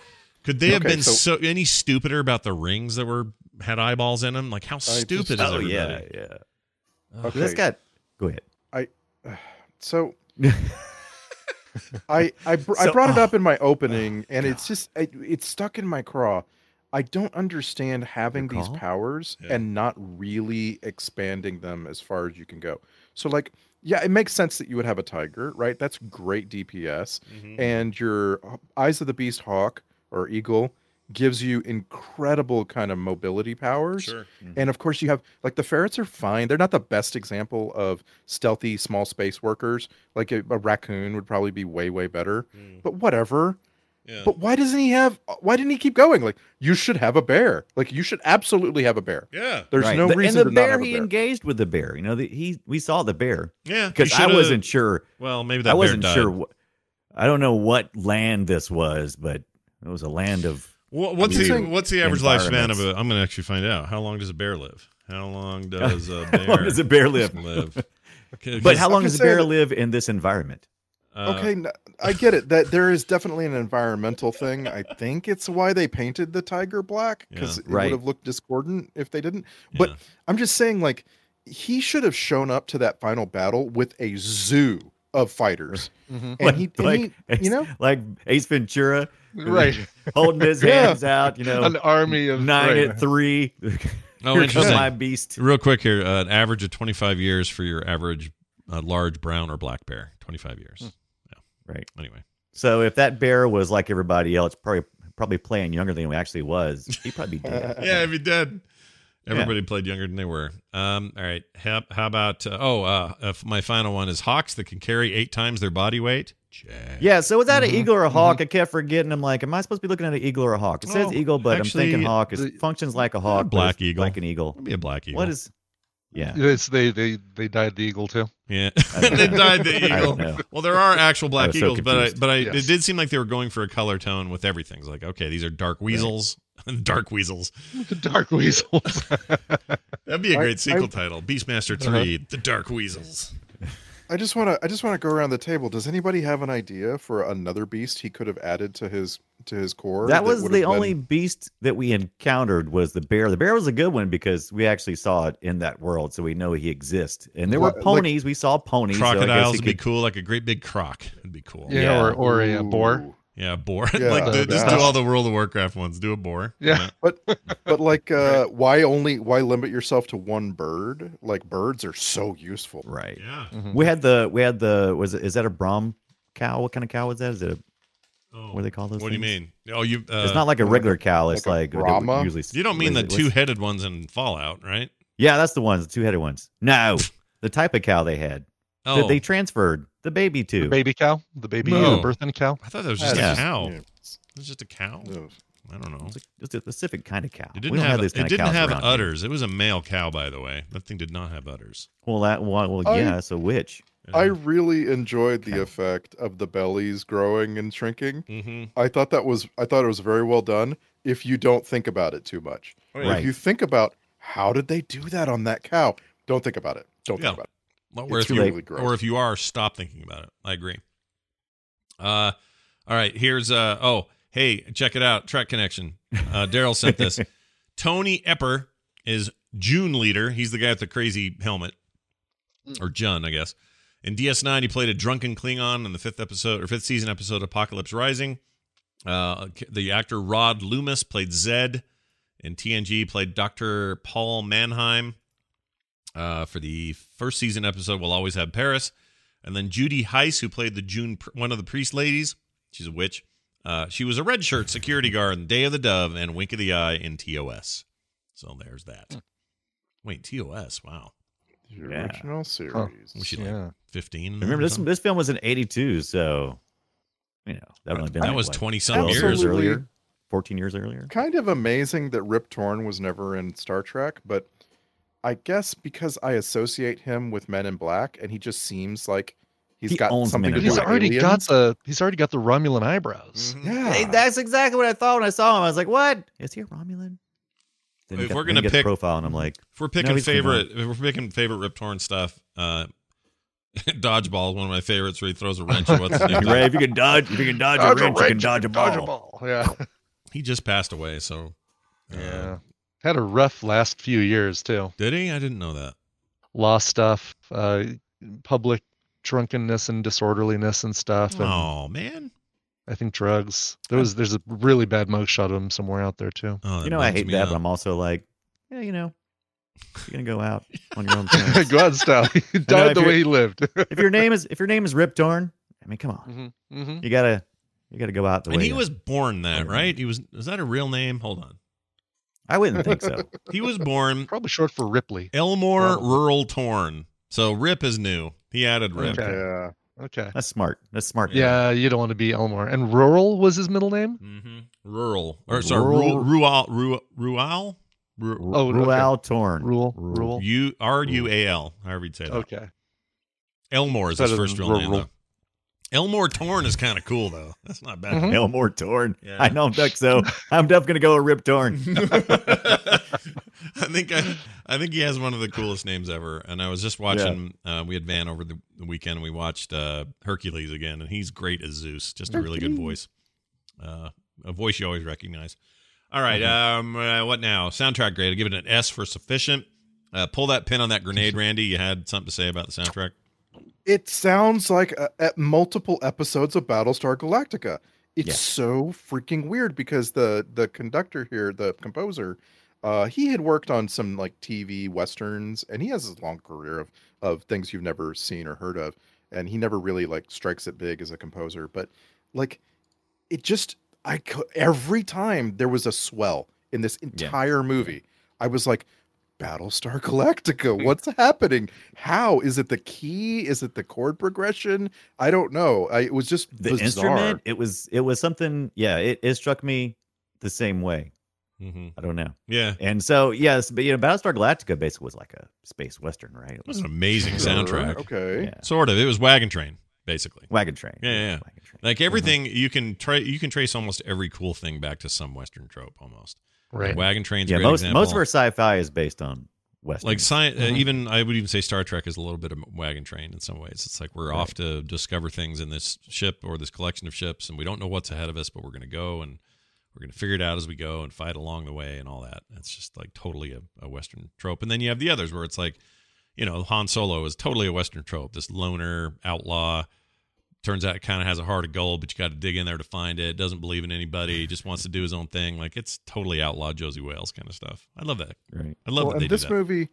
Could they have Okay, been so so- any stupider about the rings that were had eyeballs in them? Like how stupid is oh everybody? yeah, yeah. Okay. This got go ahead. So I I, br- I So- brought it up in my opening, and it's just I, it's stuck in my craw. I don't understand having these craw? powers Yeah. and not really expanding them as far as you can go. So like, yeah, it makes sense that you would have a tiger, right? That's great DPS, Mhm. and your h- eyes of the beast hawk or eagle gives you incredible kind of mobility powers. Sure. And of course, you have like the ferrets are fine. They're not the best example of stealthy small space workers. Like a, a raccoon would probably be way way better. Mm. But whatever. Yeah. But why doesn't he have? uh, Why didn't he keep going? Like you should have a bear. Like you should absolutely have a bear. yeah. There's Right. no The- reason And the to not bear have a he bear. engaged with the bear. You know, the, he we saw the bear Yeah. you because I shoulda- wasn't sure. Well, maybe that I wasn't bear died. sure. Wh- I don't know what land this was, but it was a land of Wha- what's Weird the what's the average lifespan of environments. a? I'm gonna actually find out. How long does a bear live? How long does a How bear? long does a bear live? live? 'Cause- But how I'm long just does a bear saying- live in this environment? uh, okay, n- I get it. That there is definitely an environmental thing. I think it's why they painted the tiger black because Yeah. it Right. would have looked discordant if they didn't. But Yeah. I'm just saying, like, he should have shown up to that final battle with a zoo of fighters, Mhm. and he, and like, he- you know, like Ace Ventura, Right. holding his Yeah. hands out, you know, An army of nine right. at three. Oh, Here comes interesting. my beast. Real quick here, uh, an average of 25 years for your average uh, large brown or black bear. 25 years. Yeah. Hmm. Right. Anyway. So if that bear was like everybody else, probably probably playing younger than he actually was, he'd probably be dead. Yeah, if you did. Yeah. Everybody played younger than they were. Um, all right. How, how about, uh, oh, uh, uh, my final one is hawks that can carry eight times their body weight. Check. Yeah, so was that Mm-hmm. Mhm, an eagle or a hawk? I kept forgetting. I'm like, am I supposed to be looking at an eagle or a hawk? It says Oh, eagle, but actually, I'm thinking hawk. It the- functions like a hawk. but black it's eagle. Like an eagle. It'd be a black eagle. What is. Yeah. Yes, they they they died the eagle too. Yeah. I don't they know. died the I don't eagle. know. Well, there are actual black was so eagles, but I, confused. but I, it Yes. did seem like they were going for a color tone with everything. It's like, okay, these are dark weasels. dark weasels. The dark weasels. That'd be a I- great sequel I- title. Beastmaster Uh-huh. 3, The Dark Weasels. I just want to, I just want to go around the table. Does anybody have an idea for another beast he could have added to his to his core? That was would the have been- only beast that we encountered was the bear. The bear was a good one because we actually saw it in that world, so we know he exists. And there What- were like- ponies. we saw ponies. so I guess Crocodiles he would be could- cool, like a great big croc. It'd be cool. yeah, or or a, uh boar. Ooh. Yeah, boar. Yeah, like, do, just yeah. do all the World of Warcraft ones. Do a boar. Yeah. You know? But like, uh, why only? Why limit yourself to one bird? Like birds are so useful. Right. Yeah. We had the we had the was it, is that a Brahm cow? What kind of cow was that? Is it a, Oh. what do they call those? What do you things? mean? Oh, you. Uh, it's not like a like regular a- cow. It's like like, a what we Brahma? usually. you don't mean the what is it? two What's- headed ones in Fallout, right? Yeah, that's the ones, the two headed ones. No, the type of cow they had Oh, that they transferred the baby to. The baby cow, the baby No. uh, birthing cow. Oh, I thought that was just Yeah. a cow. Yeah. It was just a cow. Ugh. I don't know. It's a- It's a specific kind of cow. It we didn't don't have, have, these it kind of didn't cows have around here. udders. It was a male cow, by the way. That thing did not have udders. Well, that well, well I- yeah. So which? I really enjoyed the Okay. effect of the bellies growing and shrinking. Mm-hmm. I thought that was I thought it was very well done if you don't think about it too much. Oh, yeah. If you think about how did they do that on that cow? Don't think about it. Don't Yeah. think about Or It's if you, really gross. or if you are, stop thinking about it. I agree. Uh, all right. Here's uh oh hey check it out Track Connection. Uh, Daryl sent this. Tony Epper is June leader. He's the guy with the crazy helmet, or Jun, I guess. In DS9, he played a drunken Klingon in the fifth episode or fifth season episode Apocalypse Rising. Uh, the actor Rod Loomis played Zed. In TNG, played Dr. Paul Mannheim uh, for the first season episode. We'll always have Paris, and then Judy Heiss, who played the June one of the priest ladies. She's a witch. Uh, she was a red shirt security guard in Day of the Dove and Wink of the Eye in TOS. So there's that. Wait, TOS. Wow, it. The Yeah. original series. We should- Yeah. fifteen. Remember this? This film was in '82, so you know that, would have been That like, was what, 20 some 12 years. earlier, 14 years earlier. Kind of amazing that Rip Torn was never in Star Trek, but I guess because I associate him with Men in Black and he just seems like he's He got owns something But Men to in do he's with Black. already got aliens. the he's already got the Romulan eyebrows. Mhm. Yeah. Hey, that's exactly what I thought when I saw him. I was like, "What is he a Romulan?" Then he If got- we're then he gonna got the pick- profile, and I'm like, If we're picking he's favorite, if we're picking favorite Rip Torn stuff, uh, Dodgeball is one of my favorites where he throws a wrench. at What's his name? Ray, if you can dodge, if you can dodge a wrench, you can dodge a ball. Yeah. He just passed away, so uh, Yeah. Had a rough last few years too. Did he? I didn't know that. Lost stuff, uh, public drunkenness and disorderliness and stuff. And Oh man. I think drugs. There was there's a really bad mugshot of him somewhere out there too. Oh, that you know, I bums hate me that, out. but I'm also like, yeah, you know, you're gonna go out on your own terms. Go on, style. He I know, died if the you're- way he lived. if your name is if your name is Rip Torn, I mean, come on, mm-hmm. you gotta you gotta go out the And way. he you- was born that, right? He was is that a real name? Hold on. I wouldn't think so. He was born Probably short for Ripley. Elmore Probably. Rural Torn. So Rip is new. He added Rip. Okay. Yeah. Okay. That's smart. That's smart. Yeah, you don't want to be Elmore. And Rural was his middle name? Mm-hmm. Rural. Or sorry, Rural- rural rural rural rural Oh, okay. Rual Torn. Rule. Rule. Rule. U R U A L, however you'd say that. Okay. Elmore is his Better first than real name. rural. Though. Elmore Torn is kind of cool though. That's not bad. Mhm. Elmore Torn. Yeah. I don't think so. I'm definitely gonna go with Rip Torn. I think I, I think he has one of the coolest names ever. And I was just watching. Uh, we had Van over the, the weekend. and We watched uh, Hercules again, and he's great as Zeus. Just a really good voice, uh, a voice you always recognize. All right, um, uh, what now? Soundtrack grade. I give it an S for sufficient. Uh, pull that pin on that grenade, Randy. You had something to say about the soundtrack. It sounds like uh at multiple episodes of Battlestar Galactica. It's Yeah. so freaking weird because the the conductor here, the composer, uh, he had worked on some like TV westerns, and he has a long career of of things you've never seen or heard of, and he never really like strikes it big as a composer. But like, it just I cou- every time there was a swell in this entire movie, I was like, Battlestar Galactica. What's happening? How is it the key? Is it the chord progression? I don't know. I, it was just The bizarre. instrument. It was it was something. Yeah. It it struck me the same way. Mm-hmm. I don't know. Yeah, it And so yes, but you know, Battlestar Galactica basically was like a space western, right? It was was an amazing Sure, soundtrack. Okay. yeah. Sort of. It was Wagon Train, basically. wagon train. Yeah, yeah, yeah. Wagon train. Uh-huh. Like everything you can tra- you can trace almost every cool thing back to some Western trope almost. Right. Wagon trains. a yeah, great most example. most of our sci-fi is based on western. like science. Uh-huh. Uh, even I would even say Star Trek is a little bit of wagon train in some ways. It's like we're off to discover things in this ship or this collection of ships, and we don't know what's ahead of us, but we're going to go and we're going to figure it out as we go and fight along the way and all that. That's just like totally a, a Western trope. And then you have the others where it's like, you know, Han Solo is totally a Western trope. This loner outlaw turns out kind of has a heart of gold, but you got to dig in there to find it. Doesn't believe in anybody. Just wants to do his own thing. Like it's totally outlaw Josie Wales kind of stuff. I love that. right. I love well, that they and this do that. movie,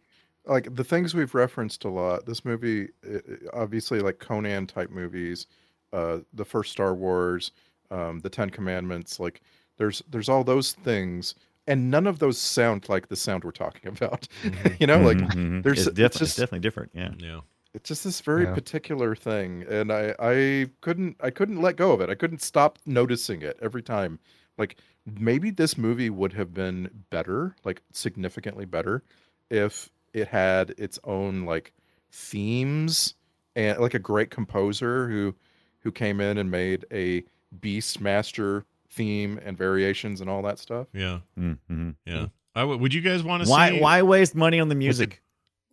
like the things we've referenced a lot, this movie, i- i- obviously, like Conan type movies, uh, the first Star Wars, um, the Ten Commandments, like there's there's all those things, and none of those sound like the sound we're talking about. Mm-hmm. you know, like Mhm, mhm. there's- it's, it's different. it's just- definitely different. Yeah. yeah. it's just this very Yeah. particular thing and i i couldn't i couldn't let go of it i couldn't stop noticing it every time like maybe this movie would have been better like significantly better if it had its own like themes and like a great composer who who came in and made a beastmaster theme and variations and all that stuff Yeah, Mhm. yeah. I w- would you guys want to Why see? why waste money on the music?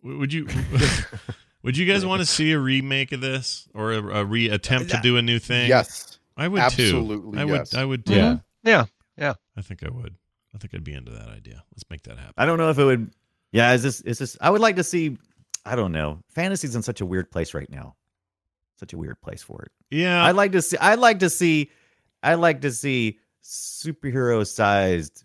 w- would you? would you guys want to see a remake of this or a, a re-attempt to do a new thing? yes I would absolutely too. I yes. would. I would. Too. Yeah. Yeah. I think I would. I think I'd be into that idea. Let's make that happen. I don't know if it would. Yeah, is this is this? I would like to see. I don't know. Fantasy's in such a weird place right now. Such a weird place for it. Yeah, I'd like to see. I'd like to see. I'd like to see superhero sized,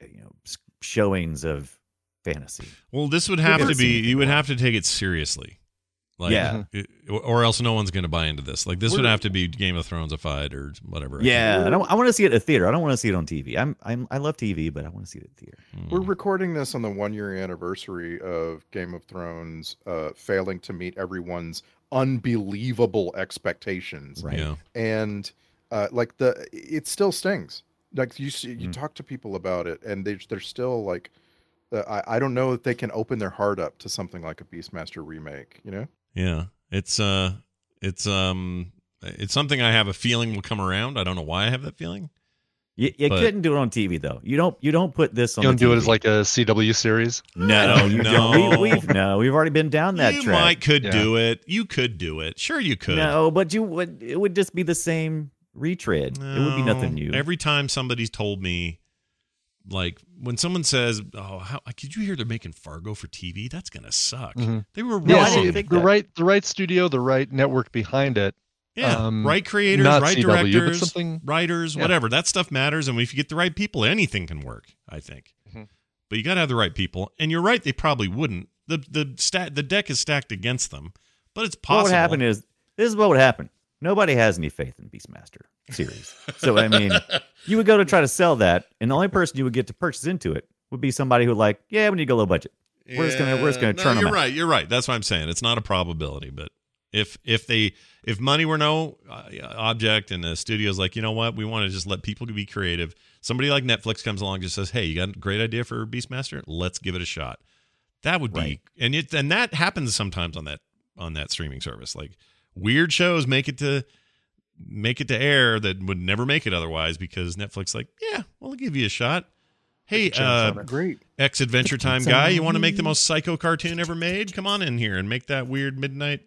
you know, s- showings of fantasy. Well, this would We're have gonna to see be anything you would about have to take it seriously. Like, Yeah. it- or- or else no one's going to buy into this. Like this would have to be Game of Thronesified or whatever. I think. Yeah, I don't. I want to see it at theater. I don't want to see it on TV. I'm. I'm. I love TV, but I want to see it at theater. Mm. We're recording this on the one year anniversary of Game of Thrones uh, failing to meet everyone's unbelievable expectations. Right. Yeah. And uh, like the, it still stings. Like you, see, you Mm. talk to people about it, and they they're still like, uh, I I don't know if they can open their heart up to something like a Beastmaster remake. You know? Yeah. It's uh it's um it's something I have a feeling will come around. I don't know why I have that feeling. You, you But- couldn't do it on TV though. You don't. You don't put this on. You don't the do it TV. as like a CW series. No, you No. don't. We, have no, we've already been down that you track. might could Yeah. do it. You could do it. Sure you could. No, but you would. It would just be the same retread. it would be nothing new. Every time somebody's told me, like when someone says, "Oh, how, could you hear they're making Fargo for TV? That's gonna suck." Mhm. They were Yeah, wrong. see, the right the right studio, the right network behind it. Yeah, um, right creators, not right CW, but directors, something- writers, yeah. whatever. That stuff matters, and if you get the right people, anything can work. I think, Mhm. but you got to have the right people. And you're right; they probably wouldn't. the the stat The deck is stacked against them, but it's What possible. would happen is this is what would happen. Nobody has any faith in Beastmaster series. So I mean, you would go to try to sell that, and the only person you would get to purchase into it would be somebody who like, yeah, we need to go low budget. We're just gonna we're just Yeah, gonna no, turn You're them out. right. You're right. That's what I'm saying. It's not a probability, but if if they if money were no uh, object and the studio's like, you know what, we want to just let people be creative. Somebody like Netflix comes along and just says, hey, you got a great idea for Beastmaster? Let's give it a shot. That would be Right. and it and that happens sometimes on that on that streaming service. Like weird shows make it to make it to air that would never make it otherwise because Netflix like, yeah, we'll give you a shot. Hey, uh, Great. ex Adventure Time guy, you want to make the most psycho cartoon ever made? Come on in here and make that weird midnight,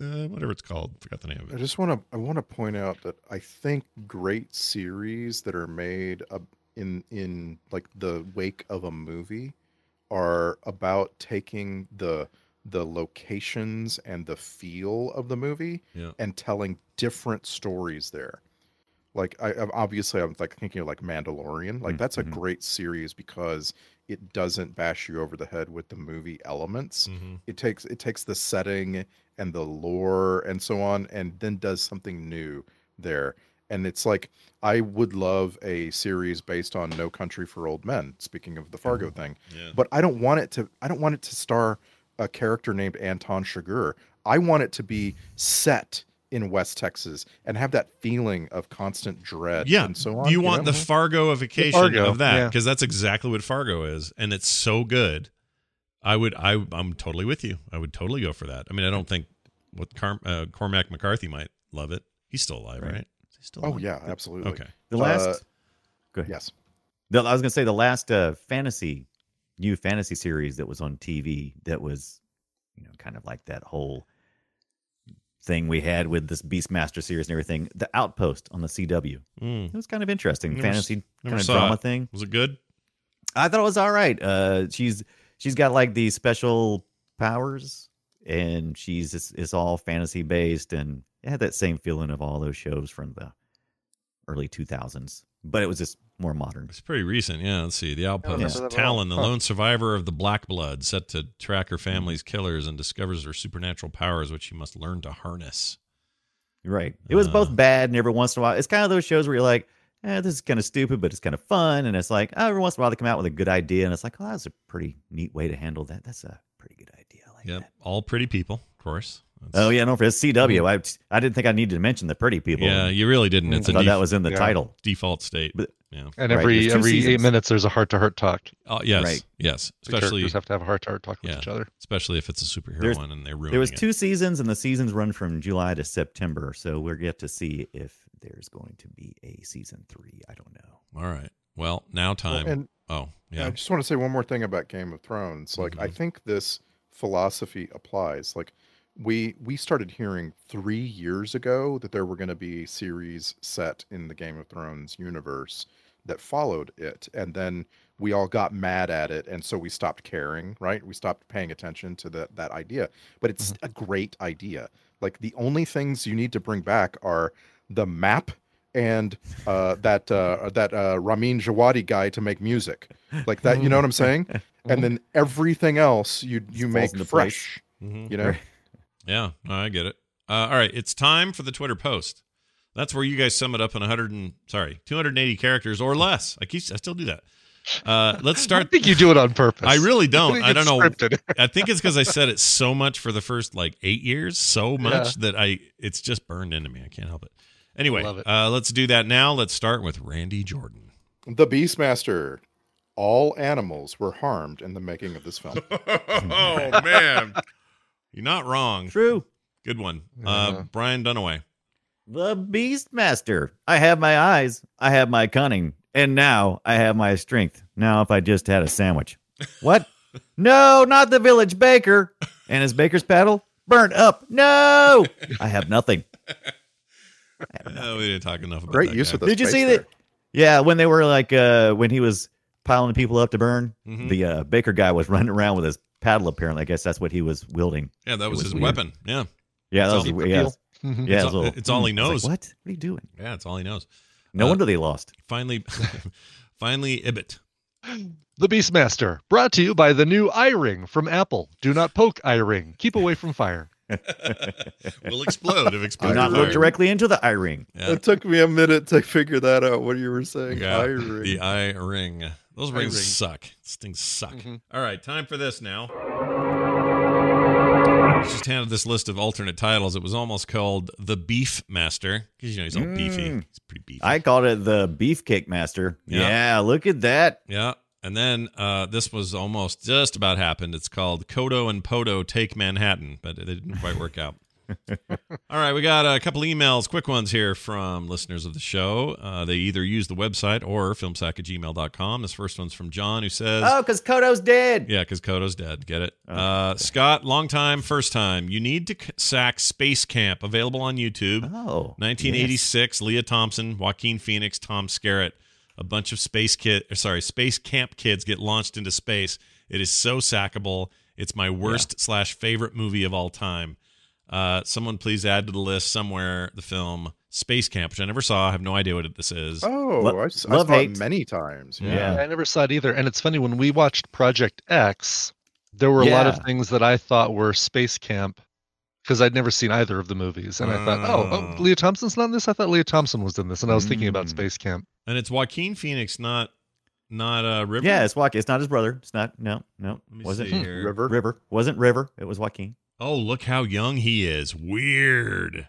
uh, whatever it's called. Forgot the name of I it. just want to I want to point out that I think great series that are made uh, in in like the wake of a movie are about taking the the locations and the feel of the movie Yeah. and telling different stories there. Like I I'm- obviously I'm like thinking of like Mandalorian. Like that's a Mhm. great series because it doesn't bash you over the head with the movie elements Mm-hmm. Mhm. it takes it takes the setting and the lore and so on and then does something new there and it's like i would love a series based on no country for old men speaking of the fargo thing Yeah. but i don't want it to i don't want it to star a character named anton chigurh i want it to be set in west texas and have that feeling of constant dread Yeah, and so on you want know? the Fargoification Fargo, of that yeah. because that's exactly what Fargo is, and it's so good. I would, I, I'm totally with you. I would totally go for that. I mean, I don't think what Car- uh, Cormac McCarthy might love it. He's still alive, right? Right. Is he still oh alive? yeah absolutely Okay. The last, Uh, go ahead. yes The, I was gonna say the last uh, fantasy, new fantasy series that was on TV that was, you know, kind of like that whole thing we had with this Beastmaster series and everything. The Outpost on the CW. Mm. It was kind of interesting, Never s- fantasy never kind of saw drama it. thing. Was it good? I thought it was all right. Uh, she's she's got like these special powers, and she's it's, it's all fantasy based, and it had that same feeling of all those shows from the early two thousands, but it was just more modern. It's pretty recent. Yeah. Let's see. The Yeah. Outpost. Talon, the lone survivor of the Black Blood, set to track Mm-hmm. her family's killers and discovers her supernatural powers, which she must learn to harness. Right. It was Uh. both bad, and every once in a while, it's kind of those shows where you're like, eh, this is kind of stupid, but it's kind of fun, and it's like oh, every once in a while they come out with a good idea, and it's like, oh, that's a pretty neat way to handle that. That's a pretty good idea. I like Yep. that. All pretty people, of course. That's- Oh yeah, no, for CW, I I didn't think I needed to mention the pretty people. Mm. Yeah, you really didn't. I It's a thought def- that was in the yeah. title. default state. But- yeah. And Right, every there's two every eight seasons. minutes, there's a heart to heart talk. Oh, yes. Right. Yes. the Especially characters have to have a heart to heart talk with yeah. each other. especially if it's a superhero There's- one and they ruin There was it. two seasons, and the seasons run from July to September. So we're yet to see if there's going to be a season three. I don't know. All right. Well, now Well, time. and oh, I yeah. just want to say one more thing about Game of Thrones. Like I Mhm. think this philosophy applies. Like we we started hearing 3 years ago that there were going to be series set in the Game of Thrones universe that followed it and then we all got mad at it and so we stopped caring, right? We stopped paying attention to that that idea. But it's Mm-hmm. a great idea. Like the only things you need to bring back are the map and uh, that uh, that uh, Ramin Djawadi guy to make music, like that. You know what I'm saying? And then everything else you you Mm-hmm. Falls make into place. fresh. Mhm. You know, Yeah, no, I get it. Uh, all right, it's time for the Twitter post. That's where you guys sum it up in 100 and sorry, 280 characters or less. I keep I still do that. Uh, let's I start. think you do it on purpose. I really don't. think I it's don't know. scripted. I think it's because I said it so much for the first like eight years, so much that I it's just burned into me. I can't help it. Anyway, Love it. Uh, let's do that now. Let's start with Randy Jordan. the Beastmaster. All animals were harmed in the making of this film. oh man, you're not wrong. True. Good one, Yeah. uh, Brian Dunaway. The Beastmaster. I have my eyes. I have my cunning. And now I have my strength. Now, if I just had a sandwich. What? no, not the village baker. And his baker's paddle burnt up. No, I have nothing. No, Uh, we didn't talk enough about Great that use guy. of the Did you space see there. that? Yeah, when they were like, uh, when he was piling people up to burn, Mhm. the uh, baker guy was running around with his paddle. Apparently, I guess that's what he was wielding. Yeah, that It was, was his weird. weapon. Yeah. Yeah, that It's was, all- yeah, yeah, it's, Mhm. It's a all- little- hmm, it's all he I was knows. like, what? What are you doing? Yeah, that's all he knows. No Uh, wonder they lost. Finally, finally, Ibbot. The Beastmaster, brought to you by the new iRing from Apple. Do not poke iRing. Keep away from fire. will explode if Do explode. not look directly into the eye ring. Yeah. It took me a minute to figure that out. What you were saying, Yeah, Irie. The eye ring. Those Eye rings ring. suck. These things suck. Mhm. All right, time for this now. I was just handed this list of alternate titles. It was almost called the Beef Master because you know he's all beefy. Mm. He's pretty beefy. I called it the beefcake master. Yeah. Yeah, look at that. yeah. And then uh, this was almost just about happened. It's called Kodo and Podo Take Manhattan, but it didn't quite work out. All right, we got a couple emails, quick ones here from listeners of the show. Uh, they either use the website or filmsack at gmail.com. This first one's from John, who says, Oh, because Kodo's dead. Yeah, because Kodo's dead. Get it? Okay. Uh, Scott, long time, first time. You need to c- sack Space Camp, available on YouTube. Oh, 1986, Leah Thompson, Joaquin Phoenix, Tom Skerritt. A bunch of space kid, or sorry, space camp kids get launched into space. It is so sackable. It's my worst slash favorite movie of all time. Uh, someone please add to the list somewhere the film Space Camp, which I never saw. I have no idea what this is. Oh, Lo- I, s- I love saw it hate. many times. yes. Yeah. I never saw it either. And it's funny when we watched Project X, there were a lot Yeah. of things that I thought were space camp because I'd never seen either of the movies. And I thought, oh, Oh. Hmm. oh, Leah Thompson's not in this. I thought Leah Thompson was in this. And I was thinking about Mm. space camp. And it's Joaquin Phoenix, not not uh, River. Yeah, it's Joaquin. It's not his brother. It's not. No, no. Let me Wasn't Hmm. see here. River. River. Wasn't River. It was Joaquin. Oh, look how young he is. Weird.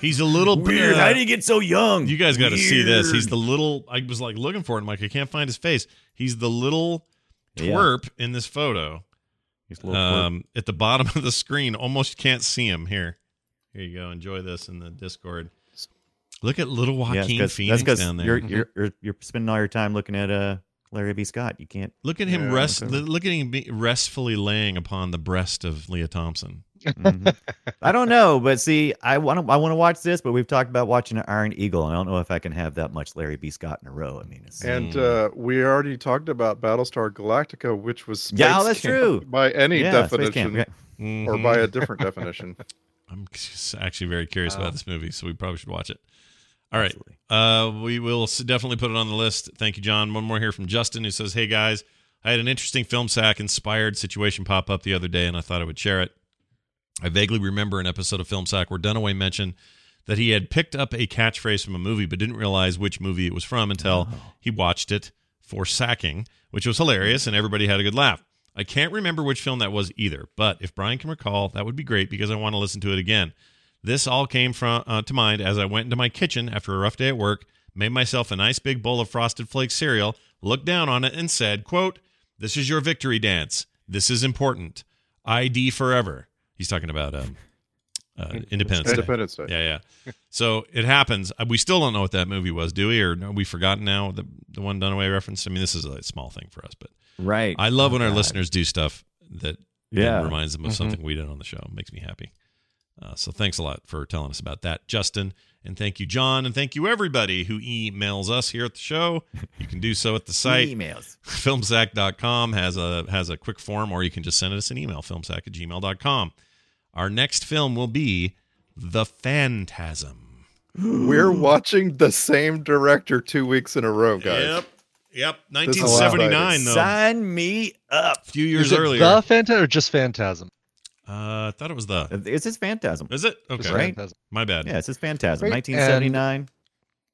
He's a little Weird. uh, How did he get so young? you guys got to see this. He's Weird. the little. I was like looking for him. Like I can't find his face. He's the little Yeah. twerp in this photo. He's a little twerp. Um, at the bottom of the screen, almost can't see him. Here, here you go. Enjoy this in the Discord. Look at little Yeah, it's Joaquin 'cause- Phoenix that's 'cause down there. You're, you're Mm-hmm. you're you're spending all your time looking at uh Larry B. Scott. You can't. look at him Yeah, rest. whatever. Look at him be restfully laying upon the breast of Leah Thompson. Mhm. I don't know, but see, I want to I want to watch this, but we've talked about watching an Iron Eagle, and I don't know if I can have that much Larry B. Scott in a row. I mean, it's, And Mm. uh, we already talked about Battlestar Galactica, which was space Yeah, that's camp true. by any yeah, Space Camp, definition, yeah. or Mm-hmm. by a different definition. I'm just actually very curious Wow. Uh. about this movie, so we probably should watch it. All right. Absolutely. Uh, we will s- definitely put it on the list. Thank you, John. One more here from Justin who says, Hey guys, I had an interesting film sack inspired situation pop up the other day, and I thought I would share it. I vaguely remember an episode of Film Sack where Dunaway mentioned that he had picked up a catchphrase from a movie but didn't realize which movie it was from until he watched it for sacking, which was hilarious and everybody had a good laugh. I can't remember which film that was either, but if Brian can recall, that would be great because I want to listen to it again. This all came from uh, to mind as I went into my kitchen after a rough day at work, made myself a nice big bowl of frosted flake cereal, looked down on it and said, "Quote, this is your victory dance. This is important. ID forever." He's talking about um, uh, Independence Day. Independence Day. Yeah, yeah. So it happens. Uh, We still don't know what that movie was, do we? Or no, we forgotten now the the one Dunaway reference. I mean, this is a small thing for us, but Right. I love when our Oh, God. listeners do stuff that, that Yeah. Mm-hmm. reminds them of Mhm. something we did on the show. It makes me happy. Uh, so thanks a lot for telling us about that, Justin. And thank you, John. And thank you, everybody who emails us here at the show. You can do so at the site. Emails. filmsack.com has a has a quick form, or you can just send us an email, filmsack at gmail.com. Our next film will be The Phantasm. We're watching the same director two weeks in a row, guys. Yep. Yep. This is 1979, though. A Sign me up. few years Is it earlier. The Phantasm or just Phantasm? Uh, I thought it was the. It's his Phantasm. Is it? Okay. Just right. Phantasm. My bad. Yeah, it's his Phantasm. Great. 1979.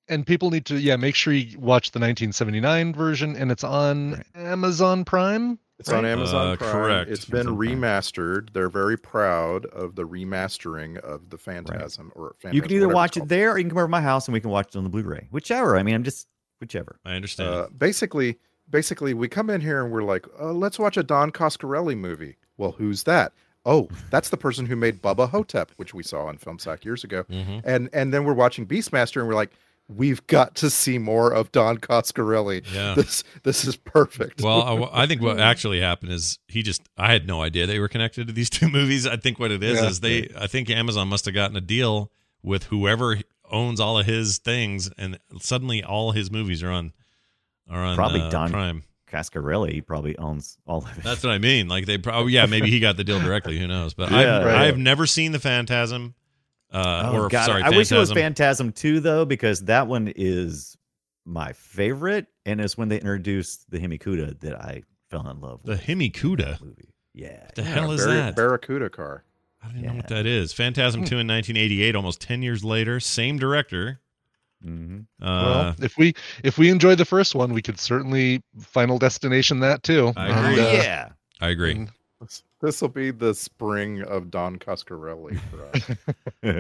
And people need to, yeah, make sure you watch the 1979 version and it's on Right. Amazon Prime. It's on Right. Amazon Uh, Prime. correct. It's been Amazon Prime. remastered. They're very proud of the remastering of the Phantasm or Phantasm. you can either whatever it's watch it called. there, or you can come over to my house and we can watch it on the Blu-ray. Whichever. I mean, I'm just whichever. I understand. Uh, basically, basically, we come in here and we're like, uh, let's watch a Don Coscarelli movie. Well, who's that? Oh, that's the person who made Bubba Hotep, which we saw on Film Sack years ago. Mhm. And and then we're watching Beastmaster, and we're like, we've got to see more of Don Coscarelli. Yeah. This this is perfect. Well, I w- I, think what actually happened is he just I had no idea they were connected to these two movies. I think what it is Yeah. is they I think Amazon must have gotten a deal with whoever owns all of his things, and suddenly all his movies are on are on Probably uh, Don Prime. Cascarelli he probably owns all of it. That's what I mean. Like they probably yeah, maybe he got the deal directly. Who knows? But Yeah, I've, right. I've never seen the Phantasm. Uh, Oh, or God. sorry, I wish it was Phantasm. Phantasm 2 though, because that one is my favorite, and it's when they introduced the Himikuda that I fell in love the with. Himikuda. that movie. Yeah, The hell is Barra- that? Barracuda car. I don't even know what Yeah. that is. Phantasm two in 1988, almost 10 years later. Same director. hmm Uh, Well, if we if we enjoy the first one, we could certainly Final Destination that too. I And, agree. uh, yeah, I agree. This will be the spring of Don Coscarelli for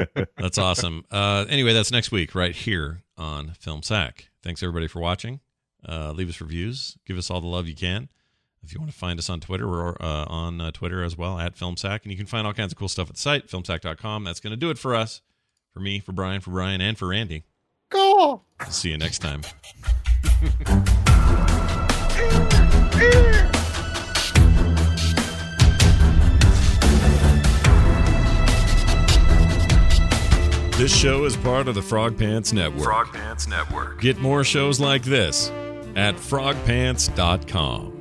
us. That's awesome. Uh, anyway, that's next week right here on Film Sack. Thanks everybody for watching. Uh, leave us reviews. Give us all the love you can. If you want to find us on Twitter, we're uh, on uh, Twitter as well at FilmSack, and you can find all kinds of cool stuff at the site filmsack.com. That's going to do it for us, for me, for Brian, for Brian, and for Randy. Go! See you next time. This show is part of the Frog Pants Network. Frog Pants Network. Get more shows like this at frogpants.com.